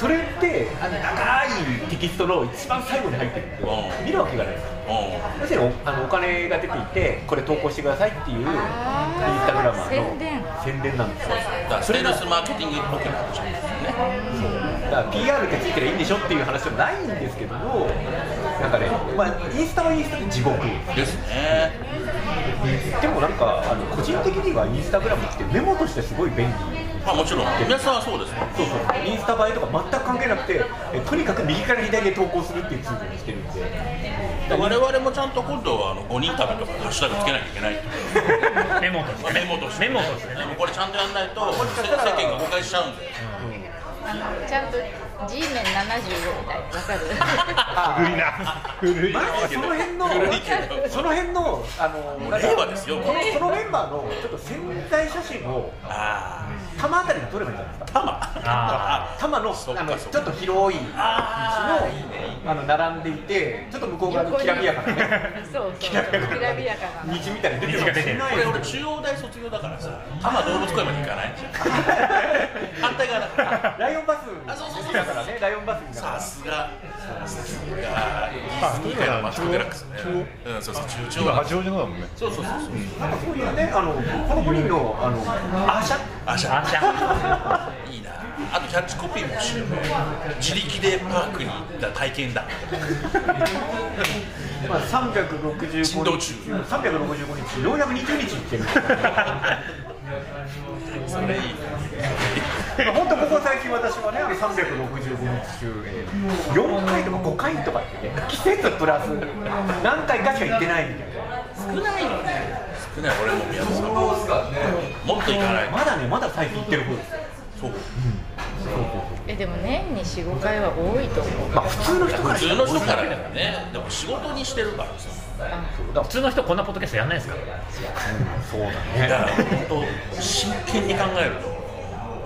S1: それってあの長いテキストの一番最後に入ってるんで
S2: うん
S1: 見るわけがないんですよ
S2: う
S1: 要するにおあのお金が出ていてこれ投稿してくださいっていうインスタグラマーの
S5: 宣伝
S1: 宣伝なんですよ
S2: んだからそれのマーケティングっぽくなっちゃうんですよね
S1: だから PR ってついてりゃいいんでしょっていう話でもないんですけどもなんかね、まあ、インスタはインスタで地獄
S2: ですね
S1: でもなんかあの個人的にはインスタグラムってメモとしてすごい便利
S2: まあもちろん皆さんはそうですね
S1: そうそうインスタ映えとか全く関係なくてえとにかく右から左へ投稿するっていうツールにしてるんで
S2: で我々もちゃんと今度はあの5人旅とかハッシュタグつけなきゃいけない
S3: あメモとしてね
S2: メモとして
S3: メモとしてね
S2: でもこれちゃんとやんないと
S1: し
S2: 世
S1: かしたら
S2: 世間が誤解しちゃうんで
S5: あのちゃんと G メン75みたいわかる
S4: 古いな古いな
S1: まあその辺の
S2: 古いけど
S1: その辺のあの
S2: う令和ですよ
S1: このそのメンバーのちょっと潜在写真を
S2: ああ
S1: 多摩あたりで撮ればいいんじゃないですか
S2: 玉
S3: あ
S1: 多摩の
S2: そっか
S1: あのち
S2: そっか
S1: ょっと広い道の
S2: あ
S1: あ
S2: ーいいね
S1: の並んでいてちょっと向こう側のきらびやかなね
S5: そうそうきらびやかな
S1: 虹みたいに出てる
S3: 虹が出てる
S1: かもしれ
S2: [laughs] これ
S1: ない
S2: 俺中央大卒業だからさ多摩動物公園まで行かない反対側だから
S1: ライオンバス
S2: あそうそうそう
S1: だからねライオンバスにだか
S2: さ
S1: ら
S2: すがさすがディズニー界のマスクデラックスねうんそうそう中中
S4: 今
S2: 央
S4: 八王子のだもんね
S2: そうそうそうそう
S1: なんかそういうねあのこの五人のあのアーシャ
S2: あじ
S3: ー
S2: ゃ
S3: あ
S2: あ
S3: じゃ
S2: いいなあとキャッチコピーもしよう自力でパークに行った体験談
S1: まあ、365
S2: 珍道
S1: 日、
S2: 中
S1: 365日、ようやく20日行ってる。
S2: それいい
S1: 本当ここ最近私はね、あの365日中、えー4回とか5回とかってね、季節プラス何回かしか行ってないみたいな。
S2: 少ない俺も宮田さんもっと行かない
S1: まだね、まだ最近行ってる方です。
S2: そう
S5: えでも年に45回は多いと思う
S1: まあ普通の人から
S2: 普通の人からだよねでも仕事にしてるからさ
S1: だ
S3: あ普通の人こんなポッドキャストやんないですから
S1: そうだ
S2: だ
S1: ね。
S2: から本当真剣に考える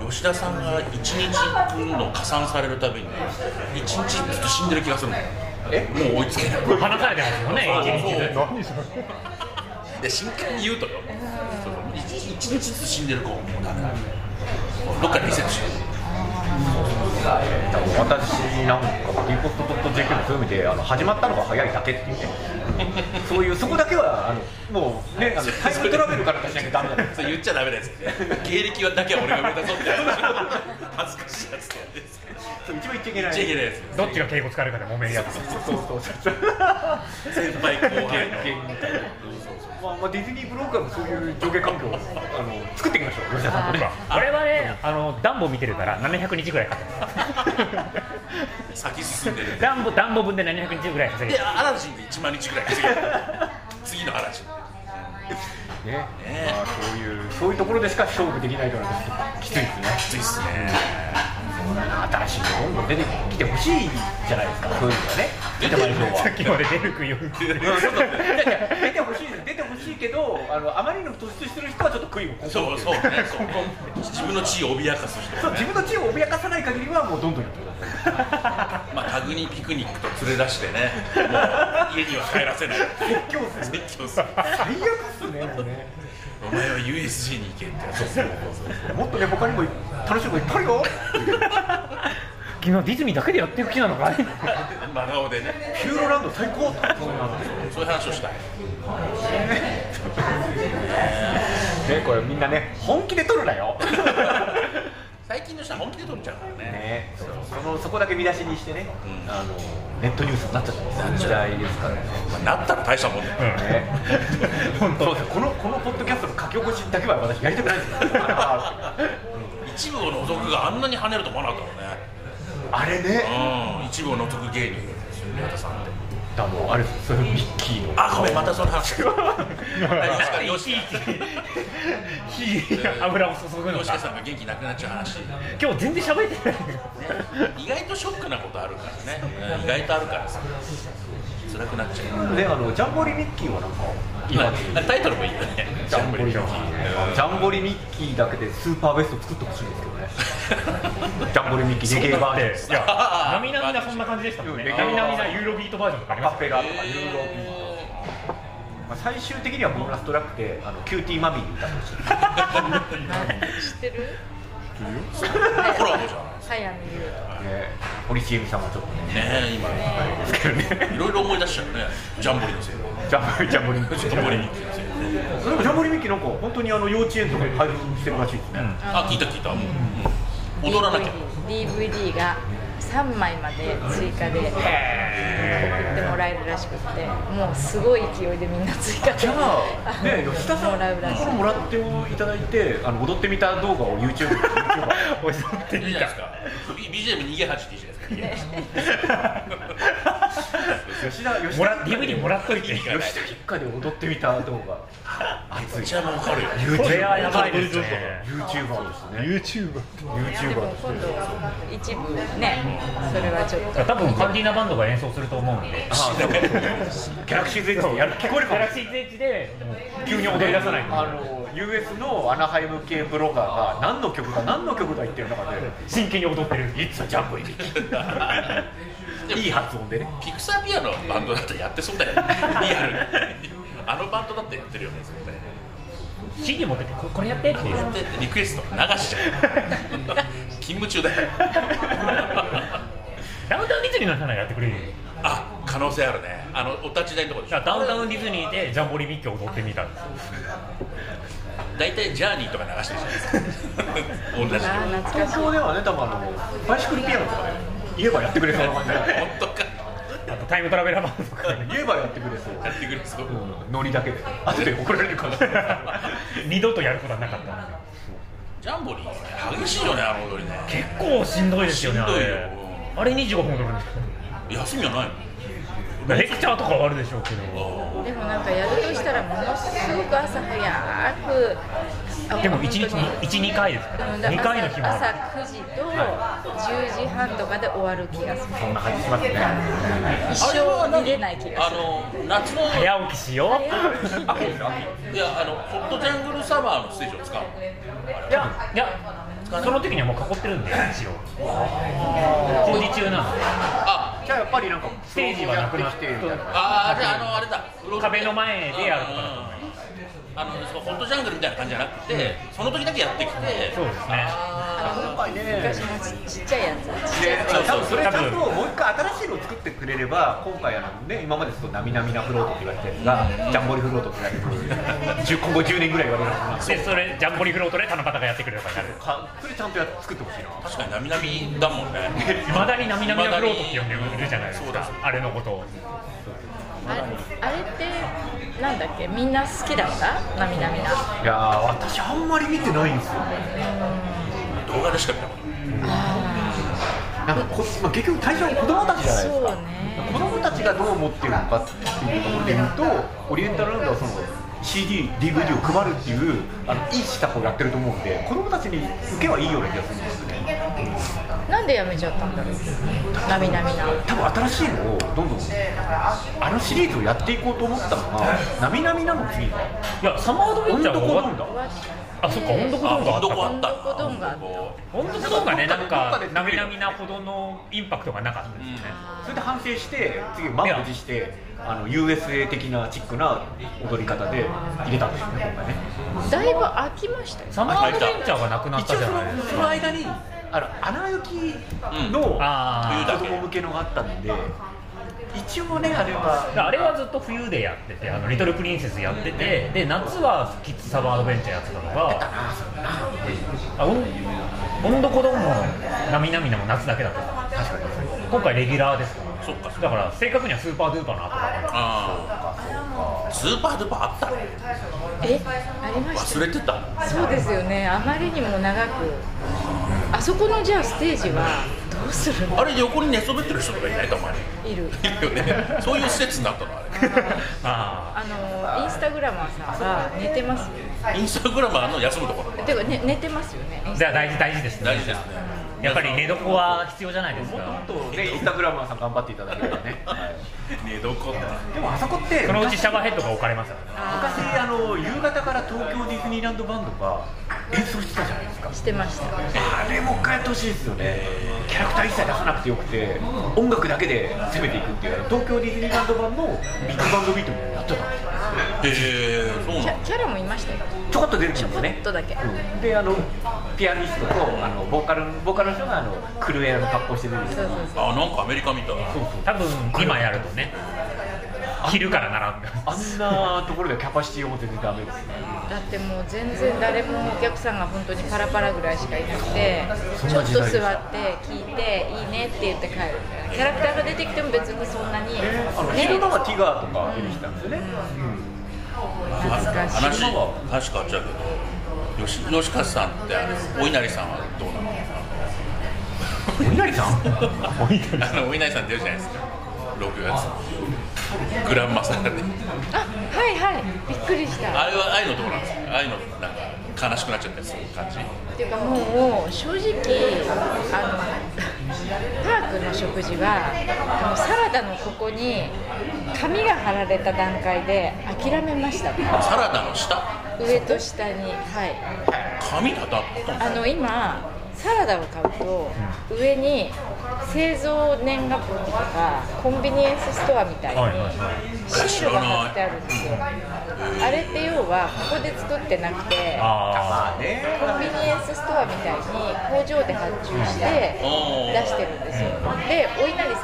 S2: と吉田さんが1日行くの加算されるたびに1日ずっと死んでる気がするの
S1: え
S2: もう追いつけない
S3: 話されてますよね一日ずつ
S4: 何それ
S2: で真剣に言うとよそう一一日ずつ死んでる子もうダメだどっかでリセットしよ
S1: 私なんか、リポスト .jp のそういう意味で、あの始まったのが早いだけっていうね、そういう、そこだけは、あのもうね、あのタイムトラベルからしなきゃダメだ
S2: うそう言っちゃダメなやつ芸歴はだけは俺が売れたぞってやつ恥ずかしいやつなんですけど
S1: そう一番言っちゃいけない。
S2: 言っちゃいけないやつ
S3: どっちが敬語使えるかで揉めるやつ
S1: そうそうそう。
S2: 先輩後輩の
S1: まあ、まあ、ディズニーブローカーもそういう上下環境を、あの、作っていきましょう。吉田さんとね。
S3: 我々あのダンボ見てるから700日ぐらいか
S2: 先進んでる
S3: ダンボダンボ分で700日ぐらい稼げ
S2: で
S3: る
S2: アラジンで1万日ぐらい稼げる次のアラジン
S1: ね、
S2: ね
S1: まあ、そういう、そういうところでしか勝負できないから、きついですね。
S2: きついっすね
S1: 新しいのどんどん出てきてほしいじゃないですか。そういうのはね。出てまいりましょう
S3: さっきまで出るくよ
S1: いやいや出てほしいです出てほしいけどあのあまりにも突出してる人はちょっと悔いをこ
S2: そうそうねそう自分の地位を脅かす人
S1: そう
S2: ね
S1: 自分の地位を脅かさない限りはもうどんどんやってください
S2: まあタグにピクニックと連れ出してねもう家には帰らせない
S1: 今日ですね
S2: 説教する
S1: 最悪っすねもうね
S2: お前は USG に行けってやつですね
S1: もっとね他にも楽しいこといっぱいあるよ
S3: 昨日ディズニーだけでやっていく気なのかい
S2: 真顔でね
S1: ピューロランド最高
S2: そういう話をしたい
S1: ね、これみんなね、本気で撮るなよ。
S2: 最近の人は本気で撮っちゃうからね
S1: ね、そうそのそこだけ見出しにしてね、
S2: うん
S1: あのネットニュースになっちゃった時代ですからね。
S2: まあなったら大したもんだよ
S1: ね、本当このこのポッドキャストの書き起こしだけは私やりたくないです。
S2: 一一部を除くがあんなに跳ねると思わなかったもんね
S1: あれね
S2: うん一部を除く芸人ですよね宮田さんって
S1: だからもうあれそのミッキーの
S2: あごめんまたその [laughs] 話確かに吉
S3: 火油を注ぐの
S2: 吉田
S3: か
S2: さんが元気なくなっちゃう話
S3: 今日全然喋ってない
S2: 意外とショックなことあるからね意外とあるからさ辛くなっちゃう
S1: であのジャンボリミッキーもなんか
S2: 今タイトルもいいよね
S1: ジャンボリミッキージャンボリミッキーだけでスーパーベスト作ってほしいんですけどねジャンボリミッキーレゲエバージョンです
S3: いやなみなみなそんな感じでし
S1: [laughs]
S3: たもんね
S1: うん
S3: なみなみなユーロビートバージョンとかあり
S1: カ
S3: ま
S1: フ
S3: す
S1: ェ
S3: よ
S1: ラとかユーロビートまあ最終的にはボーナストラックであのキューティーマミーに歌ってほしい
S5: 知ってる
S2: コラボじゃ
S5: 早見優とか
S1: ね堀ちえみさんもちょっとね
S2: んねえ今
S1: ですけどね
S2: いろいろ思い出しちゃうねジャンボリのせいで
S1: ジャンボリジャンボリミッキ
S2: ジ
S1: ー
S2: ャンボリミッキーのせいで
S1: でもジャンボリミッキーなんか本当にあの幼稚園とかに配布してるらしいですね、
S2: あ聞いた聞いた、うんうん踊らなきゃ
S5: DVD が3枚まで追加で送ってもらえるらしくってもうすごい勢いでみんな追加
S1: じゃ
S5: で
S1: あ、ね、吉田さん、
S5: もらうらしい
S1: これもらっていただいて、あの踊ってみた動画を YouTube で、
S3: おいそって
S2: いい
S1: [laughs]
S3: み
S2: じゃないで
S3: た
S2: すか B- BGM 逃げ恥っていいじゃないですか
S1: 吉田、吉田、
S3: もら DVD もらっといて
S1: 吉田一家で踊ってみた動画、熱
S2: め
S1: い
S2: っちゃ儲かるよ
S3: これはやばいですね
S1: YouTuber ですね、
S4: YouTuber
S5: でも
S1: YouTuber です
S5: 今度一部ねそれはちょっと
S3: 多分カンディーナバンドが演奏すると思うんで
S1: あそうギャラクシーズエッジでやる [laughs] 聞こえるか
S3: ギャ
S1: も
S3: ラクシーズエッジでもう急に踊り出さない
S1: あ
S3: と
S1: の US のアナハイム系ブロガーが何の曲だ何の曲だ言ってる中で
S3: 真剣に踊ってる
S1: いつジャンボにできるいい発音でね
S2: ピクサーピアのバンドだってやってそうだよねリアルにあのバンドだってやってるよね絶対
S3: CD 持っててここれやってっていう
S2: でリクエスト流しちゃう [laughs] 勤務中だよ
S3: ダウンタウンディズニーの人ならやってくれるよ
S2: あ可能性あるねあのお立ち台のとこでし
S3: だ
S2: ょ
S3: からダウンタウンディズニーでジャンボリミッキー踊ってみたんですよ
S2: 大体ジャーニーとか流してるじゃ
S3: [laughs]
S2: ないですか同じとこ
S5: あー懐か
S1: 東
S5: しい
S1: 京ではね多分あのバイシクルピアノとかね言えばやってくれそうな感じだね
S2: 本当か
S3: あとタイムトラベラーバンドとか
S1: [laughs] 言えばやってくれそう
S2: やってくれそう
S1: うんノリだけで後で怒られるかもしれない
S3: 二度とやることはなかったんですよ
S2: ジャンボリー激しいよねあの踊りね
S3: 結構しんどいですよねあ
S2: しんどい
S3: れ
S2: よ
S3: あれ25分踊るんです
S2: 休みはないの
S3: よレクチャーとかはあるでしょうけど
S5: でもなんかやるとしたらものすごく朝早くあ
S3: でも1日
S5: 本当に
S3: 12回ですから
S5: うんだ
S3: 2
S5: から
S3: 回の日も
S5: 朝
S3: ある
S5: 朝9時と10時半とかで終わる気がする
S1: そんな感じしますね
S5: 一
S2: あれは
S5: 生
S2: 何
S5: 見れない気が
S2: あ
S5: する
S2: の夏の
S3: 早起きしよ
S2: いやあのホットジャングルサマーのステージを使うの
S3: ういやいやその時にはもう囲ってるんで一応工事中なんで
S2: あ
S1: じゃあやっぱりなんか
S3: ステージはなくなって
S1: みたいな
S2: あーじゃああのあれだ
S3: 壁の前でやるとかだと思
S2: う
S3: い
S2: んあのそのホットジャングルみたいな感じじゃなくて、その時だけやってきて
S3: そうですね
S2: あ
S1: 今回ね
S5: 昔のちちっちゃいやつちっちゃいや
S1: 多分それちゃんともう一回新しいのを作ってくれれば今回あのね今までずっとなみなみなフロートって言われてるやつがジャンボリフロートって言われてる10今後10年ぐらい言われるか
S3: ますでそれジャンボリフロートで田中がやってくれるからやる
S1: なそれちゃんとやっ作ってほしいな
S2: ー確かになみなみだもんね
S3: いまだになみなみのフロートって呼んでるじゃないです
S2: そうだ
S3: かあれのことを
S5: つあれあれってなんだっけみんな好きだったなみなみない
S1: やー私あんまり見てないんですよね
S2: 動画でしか見たことない
S1: なんかこ、まあ、結局対象は子供たちじゃないです
S5: そう
S1: か
S5: ね
S1: 子供たちがどう思ってるのかっていうところで言うとオリエンタルランドはその CD、DVD を配るっていうあのいい施策をやってると思うんで子供たちに受けはいいような気がするんですよね
S5: なんでやめちゃったんだろうなみなみな
S1: 多分新しいのをどんどんあのシリーズをやっていこうと思ったのが「なみなみな」の次が
S3: いやサマー
S1: 「
S3: ドベ
S1: 温
S3: ンチャ
S1: 度
S3: ー
S1: コ
S3: が終
S1: ど
S3: わ
S1: ん
S3: っ
S1: だ」
S3: あそっか温読動画あ
S2: あ
S3: っ
S2: ど
S3: た
S2: こ
S3: か
S2: あったな
S5: どこどんがあった
S3: 本当そうがね、なんか
S1: どっか、で
S3: なみなみなほどのインパクトがなかったですね。
S1: それで反省して次満を持してあの USA 的なチックな踊り方で入れたんですよね今回ね
S5: だいぶ飽きましたよ
S3: サマーアドベンチャーがなくなったじゃないです
S1: その間にあの穴行きの
S3: あ
S1: 子供向けのがあったんで一応ねあれは
S3: か。あれはずっと冬でやってて、あのリトルプリンセスやってて、で夏はキッズサマーアドベンチャーやってたのが、あ、おん、温度子供もなみなみなも夏だけだったから。
S1: 確かに
S3: 今回レギュラーですから、
S2: そっかそっ
S3: だから正確にはスーパードゥーパーの後だから。
S2: あースーパードゥーパーあったね
S5: えありました
S2: 忘れてた
S5: そうですよねあまりにも長くあそこのじゃあステージはどうするの
S2: あれ横に寝そべってる人とかいないたまに
S5: いる
S2: いるよねそういう施設になったのあ
S3: あ
S5: あのインスタグラマーさんが寝てますよ
S2: れインスタグラマーの休むところ
S5: てか、ね、寝てますよねイン
S3: あ
S5: ス
S3: じ
S5: タ
S3: ゃあ大事大事ですね
S2: 大事ですね
S3: やっぱり寝床は必要じゃないですか
S1: とねインスタグラマーさん頑張っていただけれ
S3: [laughs]
S1: ばね
S2: 寝床
S1: でもあそこって
S3: そのうちシャワーヘッドが置かれますよね
S1: 昔あの夕方から東京ディズニーランドバンドが演奏してたじゃないですか
S5: してました
S1: あれもう一回やってほしいですよねキャラクター一切出さなくてよくて音楽だけで攻めていくっていう東京ディズニーランド版のビッグバンドビートもやってたんですよ
S2: へえー、そう
S5: キ
S2: なん
S5: ャキャラもいましたよ
S1: ちょこっと出てきたんですよ
S5: ちょ
S1: ね
S5: っとだけ
S1: うんであのピアニストとあのボーカルボーカルの人があのクルエラの格好して出てき
S5: そ
S1: た
S5: うそうそう
S2: だあなんかアメリカみたい
S3: 多分今やるとね昼から並んで
S1: あんなところでキャパシティを持って全然ダメですね
S5: だってもう全然誰もお客さんが本当にパラパラぐらいしかいなくて
S1: そ
S5: ち
S1: ん
S5: ょ
S1: な
S5: っと
S1: 時
S5: 座
S1: 代
S5: っ
S1: です
S5: て聞いていいねって言って帰るキャラクターが出てきても別にそんなに、
S1: あの
S5: ね
S1: 昼間はティガーとか出てきたんですよね、
S5: 懐かしい
S2: 話話変わっちゃうけど吉吉川さんってあれお稲荷さんはどうなの
S1: お稲荷さん
S2: [laughs] あのお稲荷さん出るじゃないですか6月グランマサがね
S5: あはいはいびっくりした
S2: あれは愛のところなんですよ愛のなんか悲しくなっちゃったりする感じ
S5: っていうかもう正直あのパークの食事はあのサラダのここに紙が貼られた段階で諦めました
S2: サラダの下
S5: 上と下にはい
S2: 紙だったの
S5: あの今サラダを買うと上に製造年月日とかコンビニエンスストアみたいに
S3: はいはいは
S5: シールが貼ってあるんですよあれって要はここで作ってなくて
S3: あ
S1: まあね
S5: コンビニエンスストアみたいに工場で発注して
S2: うん
S5: 出してるんですよでお稲荷さんも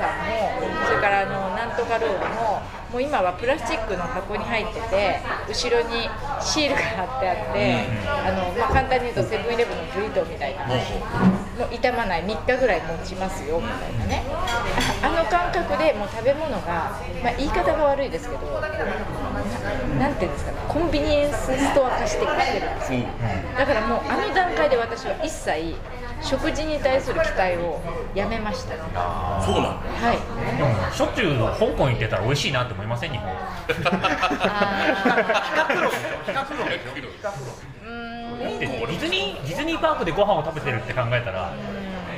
S5: それからあのなんとかロールももう今はプラスチックの箱に入ってて後ろにシールが貼ってあってあの、まあ、簡単に言うとセブンイレブンのブリトーみたいなもう傷まない3日ぐらい持ちますよみたいなねああの感覚でもう食べ物が、まあ、言い方が悪いですけどななんていうんですかねコンビニエンスストア化してきてるんですよだからもうあの段階で私は一切食事に対する期待をやめましたは
S2: そうなの
S5: い
S3: あでもしょっちゅう香港行ってたら美味しいなって思いません日本だっ
S5: あーうーん
S3: てディズニーディズニーパークでご飯を食べてるって考えたら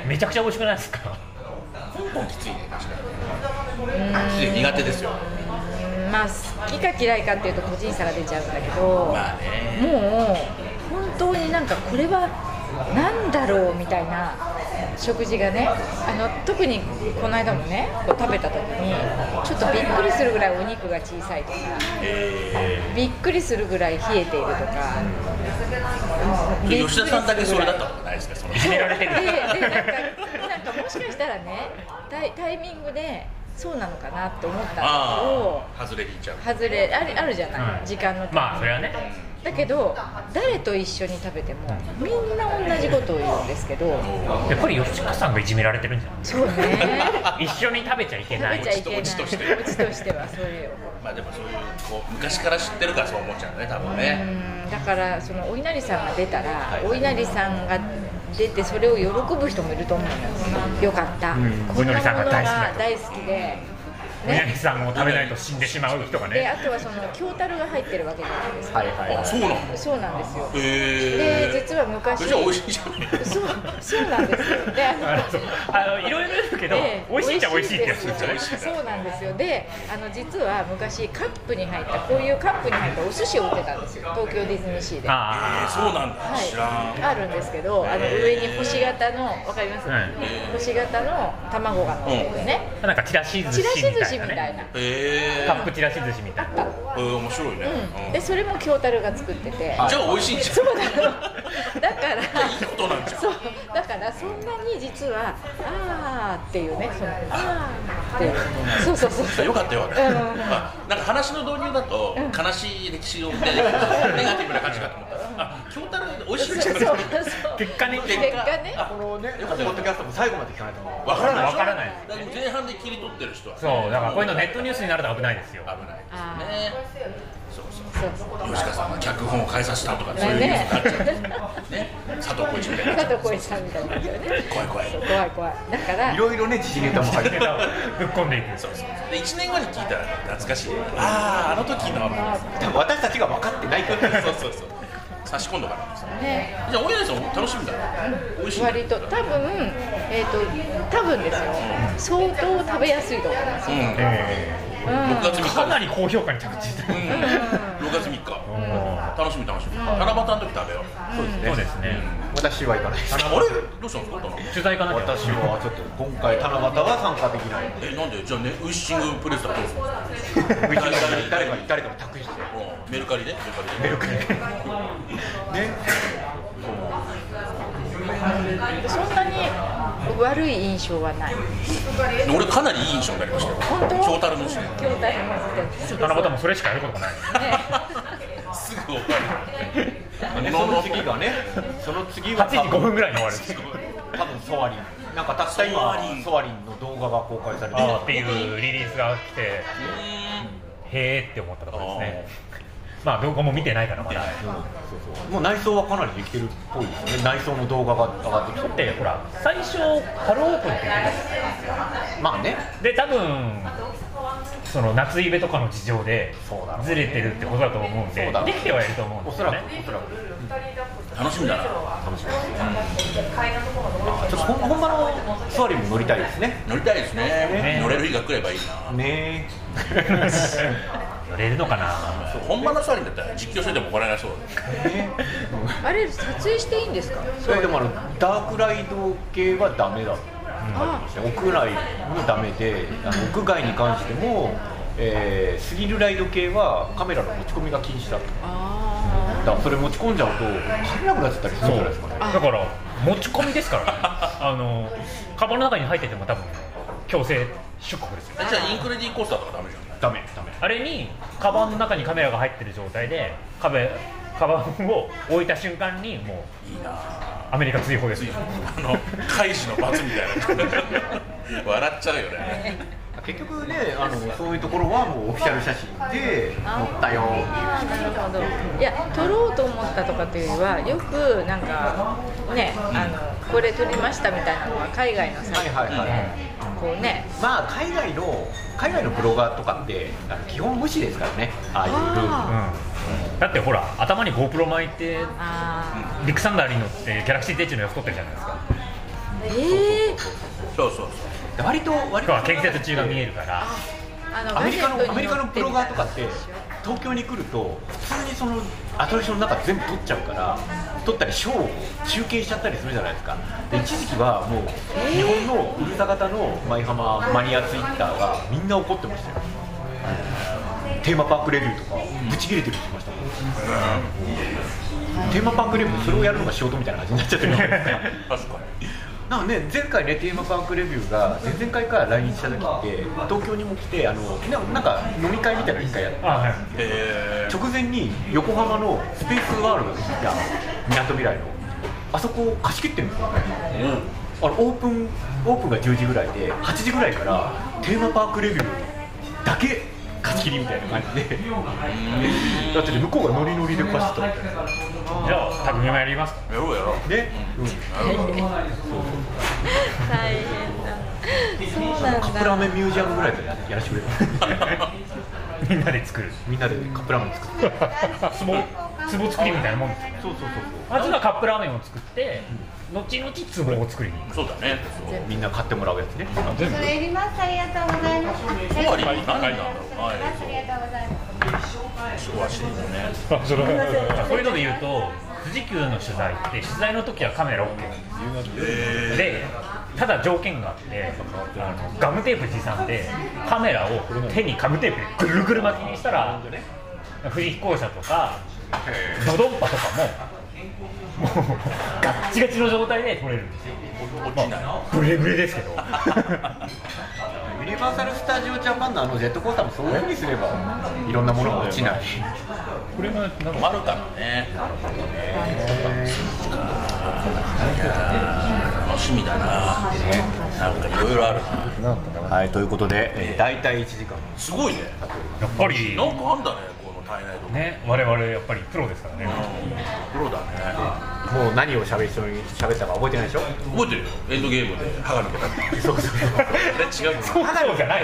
S3: めちゃくちゃ美味しくないですか [laughs]
S2: 香港きついね確かにきつい苦手ですよ
S5: まあ好きか嫌いかっていうと個人差が出ちゃうんだけど、
S2: まあね
S5: もう本当になんかこれは何だろうみたいな食事がねあの特にこの間もねこう食べた時にちょっとびっくりするぐらいお肉が小さいとかびっくりするぐらい冷えているとか
S2: 吉田さんだけそれだったことないですかその
S3: 決められて
S5: で
S3: る
S5: でなんかなんかもしかしたらねタイタイミングでそうなのかなって思ったんだけど
S2: ああ外れ引いちゃう
S5: 外れあるあるじゃない、
S3: うん
S5: 時間の
S3: まあそれはね
S5: だけど誰と一緒に食べてもみんな同じことを言うんですけど
S3: やっぱり吉川さんがいじめられてるんじゃ
S5: そうね
S3: ない一緒に食べちゃいけ [laughs]
S5: 食
S3: な
S5: べ
S3: い
S5: ちゃいけない
S2: オチとして
S5: オチとしてはそれを
S2: まあでもそういうこう昔から知ってるからそう思っちゃうね多分ね
S5: うんだからそのお稲荷さんが出たらお稲荷さんが出てそれを喜ぶ人もいると思うんですよかった、
S3: ん
S5: こん
S3: お
S5: なもの
S3: 稲荷さんが大好きだ
S5: が大好きで
S3: 宮城
S5: ね
S3: さんを食べないと死んでしまう人が
S5: で
S3: ね
S5: あとはその京樽が入ってるわけじゃないですか
S1: はいはい
S2: あそうなんだ
S5: そうなんですよ
S2: へ
S5: で
S2: え
S5: 実は昔
S2: じゃあ美味しいじゃん
S5: そうそうなんですよで
S3: [laughs]
S5: あ
S3: あのそうあのいろいろ言うけど
S5: ええ
S3: 美味しいっちゃ美味しいってやつ
S5: 美
S3: ですよね
S5: 味しいですそうなんですよであの実は昔カップに入ったこういうカップに入ったお寿司を売ってたんですよ東京ディズニーシーで。は
S2: えー
S3: あ
S2: そうなんだ知らん
S5: い、あるんですけど、あの上に星型の、わかります、
S3: はい
S5: 星型の卵が乗ってるね、
S3: あなんかちらし
S5: ち
S3: 寿
S5: ら
S3: 司
S5: し
S3: み
S5: 寿
S3: た
S5: 司
S3: い
S5: み
S3: な
S5: たい
S3: ね
S5: な、
S2: へえ
S3: カップちらし寿司みたいな
S2: 面白いね
S5: うん、
S2: うん
S5: でそれも京樽が作ってて、
S2: じゃあ美味しいじゃん
S5: そうなの。だから。
S2: いいことなんじゃん
S5: そう、だから、そんなに実は、あーっていうね、その、あーっていう。そうそうそうそう。
S2: よかったよかっ
S5: う
S2: た、
S5: ん
S2: まあ、なんか話の導入だと悲しい歴史を見てネガティブな感じかと思ったらあ京太郎美味しい
S5: そう
S2: 歴
S5: そ
S2: 史
S5: う
S2: だわ
S5: そう。
S3: 結果ね
S5: 結果ね。
S1: このねポッドキャストも最後まで聞かないと思う
S2: からない
S3: わからない
S2: だから前半で切り取ってる人は
S3: そうだからこういうのネットニュースになると危ないですよ
S2: 危ないですよ
S5: あ
S2: ねそうそう
S5: そうそう
S2: 吉川さんが脚本を変えさせたとか、そういうニュース
S5: ね
S2: になっちゃう。ね、佐藤浩市みたいになっ
S5: 佐
S2: ちゃ
S5: 藤浩市さんみたいになっちゃうね
S2: う。怖い怖い。
S5: そう怖い怖いだから
S1: いろいろね時事ネタも入ってた
S3: ぶっ込んでいく
S2: そうそうで1年後に聞いたら懐かしいあああの時の
S1: でも私たちが分かってないから
S2: そうそうそう差し込んどかなじ
S5: ね
S2: ゃあ大柳さんも楽しみだな美味しいんだ
S5: 割と多分えっ、と多分ですよ相当食べやすいと思います、
S2: うん、6
S1: え
S2: 月3日
S3: かなり高評価に着地して
S2: うん、
S3: る
S2: 6月3日楽しみ楽しみ、七夕の時食べよう、
S3: そうですね
S1: ー私は行かないです
S2: あれどうしたんですか田中
S3: 取材かなきゃ
S1: 私はちょっと今回七夕は参加できない
S2: えなんでじゃあねウィッシングプレスはどうするん
S1: 誰かに誰かに誰かに託して
S2: うんメルカリでメルカリで
S1: ね
S5: そんなに悪い印象はない
S2: 俺かなりいい印象になりましたよ
S5: 本当
S2: 京樽の人
S5: 京樽の人
S3: 七夕もそれしかやることがない
S2: すぐ終わる
S1: ねその次がねその次は
S3: 8時
S1: 多
S3: 5
S1: 分
S3: 分ぐらいに
S2: [laughs]
S3: 終わる
S1: 多分ソワリンなんかたった
S2: ソワリ
S1: 今
S2: ン
S1: ソワリンの動画が公開されて
S3: あーっていうリリースが来てへえって思ったところですねまあ動画も見てないからまだだ
S1: もう内装はかなりできてるっぽいですよね内装の動画が上がってきて
S3: ってほら最初ハローオープンって言ってたじゃないですか
S1: まあね
S3: で多分その夏イベとかの事情で
S1: そうだろうね
S3: ずれてるってことだと思うんで
S1: そうだろう
S3: で
S1: ね
S3: きてはいると思うんで
S1: お
S3: す
S1: そ
S3: よ
S1: ら
S3: ね
S1: くおそらく
S2: 楽しみだな
S1: 楽しみですねあちょっとほん本場のソワリンも乗りたいですね
S2: 乗りたいですね
S3: ね
S2: 乗れる日が来ればいいな
S3: [laughs]
S1: ね
S3: 乗れるのかな
S2: そう本場のソアリンだったら実況してても怒られなそう
S1: えね
S5: あれ撮影していいんですか
S1: それでもあのダークライド系はダメだった
S5: あ
S1: 屋内もダメであの屋外に関しても、えースリルライド系はカメラの持ち込みが禁止だった
S5: あ
S1: だからそれ持ち込んじゃうと入れなくなっちゃったりするんじゃないですかね
S3: だから持ち込みですからね [laughs] あのカバンの中に入ってても多分強制出国ですよ
S2: だじゃあインクレディーコースターとかダメじゃん
S1: ダメダメ
S3: あれにカバンの中にカメラが入ってる状態でカメカバンを置いた瞬間にもう
S2: いいな
S3: アメリカ追放ですよ
S2: あの開始の罰みたいな笑っちゃうよね
S1: 結局ねあのそういうところはもうオフィシャル写真で載ったよ
S5: あーなるほどいや撮ろうと思ったとかというよりはよくなんかねあのこれ撮りましたみたいなのは海外のさ
S1: はいはいはい、
S5: こうね
S1: まあ海外の海外のブロガーとかってあの基本無視ですからねああいうルール
S5: あ
S3: うんだってほら頭に GoPro 巻いて
S5: ーあ
S3: ビッグサンダーに乗ってギャラクシーデッチの様子撮ってるじゃないですか
S5: ーええ
S2: そうそうそう
S1: 割と割
S3: 今日
S1: と
S3: は建設中が見えるから
S5: あの
S1: アメリカのアメリカの
S5: プ
S1: ブロガーとかって東京に来ると普通にそのアトラクションの中全部撮っちゃうから撮ったりショーを中継しちゃったりするじゃないですかで一時期はもう日本のウルタ型の舞浜マニアツイッターがみんな怒ってましたよテーマパークレビューとかブチ切れてるって言いましたもん、テーマパークレビューそれをやるのが仕事みたいな感じになっちゃってるじゃないですか
S2: 確かに
S1: なので前回ねテーマパークレビューが前々回から来日した時って東京にも来てあのななんか飲み会みたいなの一回やって
S3: あはい
S2: え
S1: 直前に横浜のスペースワールドに行ったみなとみらいのあそこを貸し切ってるんですよね
S2: ー、うん
S1: あのオープンオープンが10時ぐらいで8時ぐらいからテーマパークレビューだけ貸し切りみたいな感じでだってね向こうがノリノリで貸してたみたいな
S3: じゃあ匠もやりますか
S2: やろうやろう
S1: ね、うん
S5: 大変だそうなん
S1: カップラーメンミュージアムぐらいでやらせてくれた
S3: みんなで作る
S1: みんなでカップラーメン作って
S3: 壺壺作りみたいなもんですよね
S1: そうそうそうそう
S3: まずはカップラーメンを作って後々壺を作りに行く
S2: そうだねそう
S1: みんな買ってもらうやつね。
S3: 全部
S6: それいります。ありがとうございます。あ
S2: ソアリンは何なんだろう
S6: ありが
S2: は
S6: とうございます。
S2: いそうはしいよね
S4: それは
S3: そういうので言うと富士急の取材って取材の時はカメラ OK なんですよでただ条件があってあのガムテープ持参でカメラを手にガムテープでぐるぐる巻きにしたら富士飛行車とかドドンパとかももうガッチガチの状態で撮れるんですよ
S2: 落ちない
S3: グレグレですけど
S1: ユニバーサル・スタジオ・ジャパンのあのジェットコースターもそういうふうにすれば、いろんなものが落ちない。
S4: これがなんか
S2: 止まるからね楽しみだななんかいろいろある
S1: はい、ということで、えー、大体1時間。
S2: すごいね
S3: やっぱり
S2: なんかあんだねこの足りないと思う、
S3: ね我々やっぱりプロですからね
S2: うん、プロだね
S1: もう何を喋りそうに喋ったか覚えてないでしょ
S2: 覚えてるよエンドゲームで歯が抜けたって
S1: そうそう
S2: あれ違う
S3: そうじゃない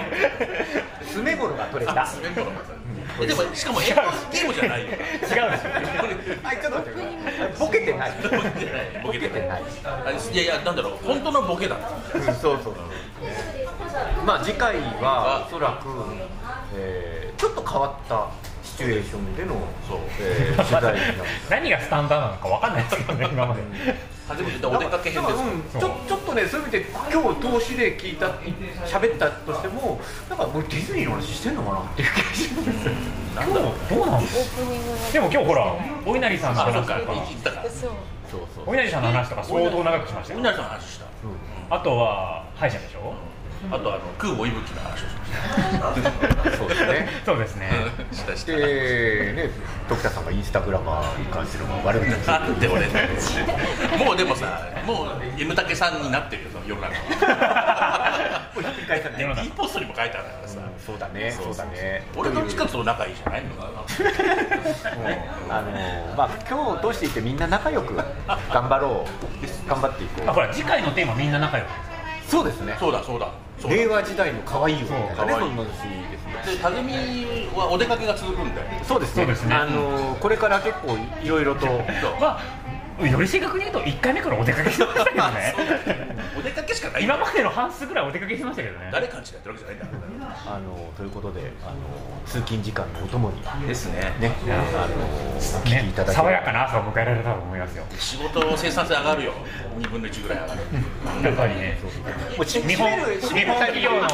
S1: 爪頃が取れた
S2: あ爪頃がえでもしかもエンドゲームじゃないよ
S3: 違うでしょ
S1: あちょっと待ってくださいボケてない
S2: ボケてない
S1: ボケてない
S2: あれいやいやなんだろう本当のボケだ
S1: うんそうそうまあ次回はおそらく、えーちょっと変わったシチュエーションでの
S2: そう
S1: えー取材になる
S3: [laughs] 何がスタンダードなのか分かんないですよね今まで
S2: 初めてお出かけ編です
S1: うんちょちょっとねそういう意味で今日投資で聞いた喋ったとしてもなんかもうディズニーの話してんのかなっていう気がします
S3: 今日どうなんですかでも今日ほらお稲荷さんの
S2: あそ
S3: 話
S2: っ
S3: と
S2: か
S3: か
S2: 行ったから
S5: そう
S1: そうそう
S3: お稲荷さんの話とか相当長くしました
S2: み
S3: よ
S2: んなとの話した
S3: あとは歯医者でしょ
S2: あとあの空母息吹の話をしまし
S1: そうですね
S3: そうですね
S2: たしたした
S1: でね時田さんがインスタグラマーに関しての悪口を
S2: なんで俺だよもうでもさもう M 竹さんになってるよその世の中
S1: もうひっくり返さない
S2: [laughs] でも D ポストにも書いてあるからさ、
S1: そうだねそうだね
S2: 俺どっちかっていうと仲いいじゃないのか
S1: うんあのーまあ今日通していってみんな仲良く頑張ろう頑張っていこ
S3: あ
S1: う
S3: ほら次回のテーマみんな仲良く
S1: そうですね
S2: そうだそうだそうだ
S1: 令和時代の可愛いよみたいなね
S2: そう可愛い
S1: そんな話ですね
S2: でタグミはお出かけが続くんだよ
S1: そうです
S3: そ
S1: ね
S3: うですね
S1: あのーこれから結構いろいろと
S3: まあより正確に言うと1回目からお出かけしてましたけどね
S2: お出かけしかないんだ
S3: 今
S2: よ
S3: までの半数ぐらいお出かけしてましたけどね
S2: 誰勘違いってるわけじゃないんだか
S1: あのーということであのー通勤時間のおともに
S2: らですね
S1: ねあのーお聞きい
S3: ね
S1: ただけ
S3: 爽やかな朝を迎えられたと思いますよ
S2: 仕事の生産性上がるよ2分の1ぐらい上がる
S3: やっぱりね
S1: もうし
S3: 日本
S1: 締める
S3: 日本企業の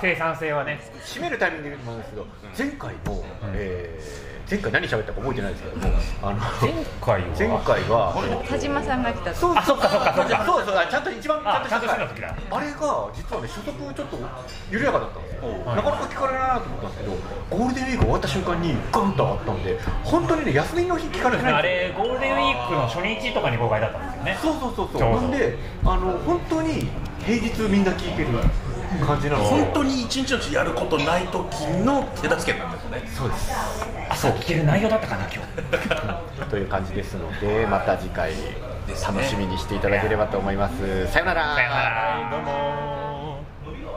S3: 生産性はね
S1: 締めるタイミングでもあるんですけど前回も、えー前回何喋ったか覚えてないですけども、あの
S3: 回
S1: 前回は
S5: 田島さんが来たと
S1: そう
S3: あそっかそっかそっか
S1: そうそうあちゃんと一番
S3: あちゃんとして
S1: た
S3: た時だ
S1: あれが実はね所得ちょっと緩やかだったんですよ、なかなか聞かれないなと思ったんですけどゴールデンウィーク終わった瞬間にガンと上がったんで本当にね休みの日聞かれてない
S3: あれゴールデンウィークの初日とかに公開だったんです
S1: そ
S3: よね
S1: うそうそうそう
S3: ちょうど
S1: なんであの本当に平日みんな聞いてる感じなので
S2: 本当に一日のうちやることない時の手助けなんですよね
S1: そうです
S3: あそう聞ける内容だったかな今日
S1: という感じですのでまた次回楽しみにしていただければと思います、さようなら
S3: 哎さよならどうも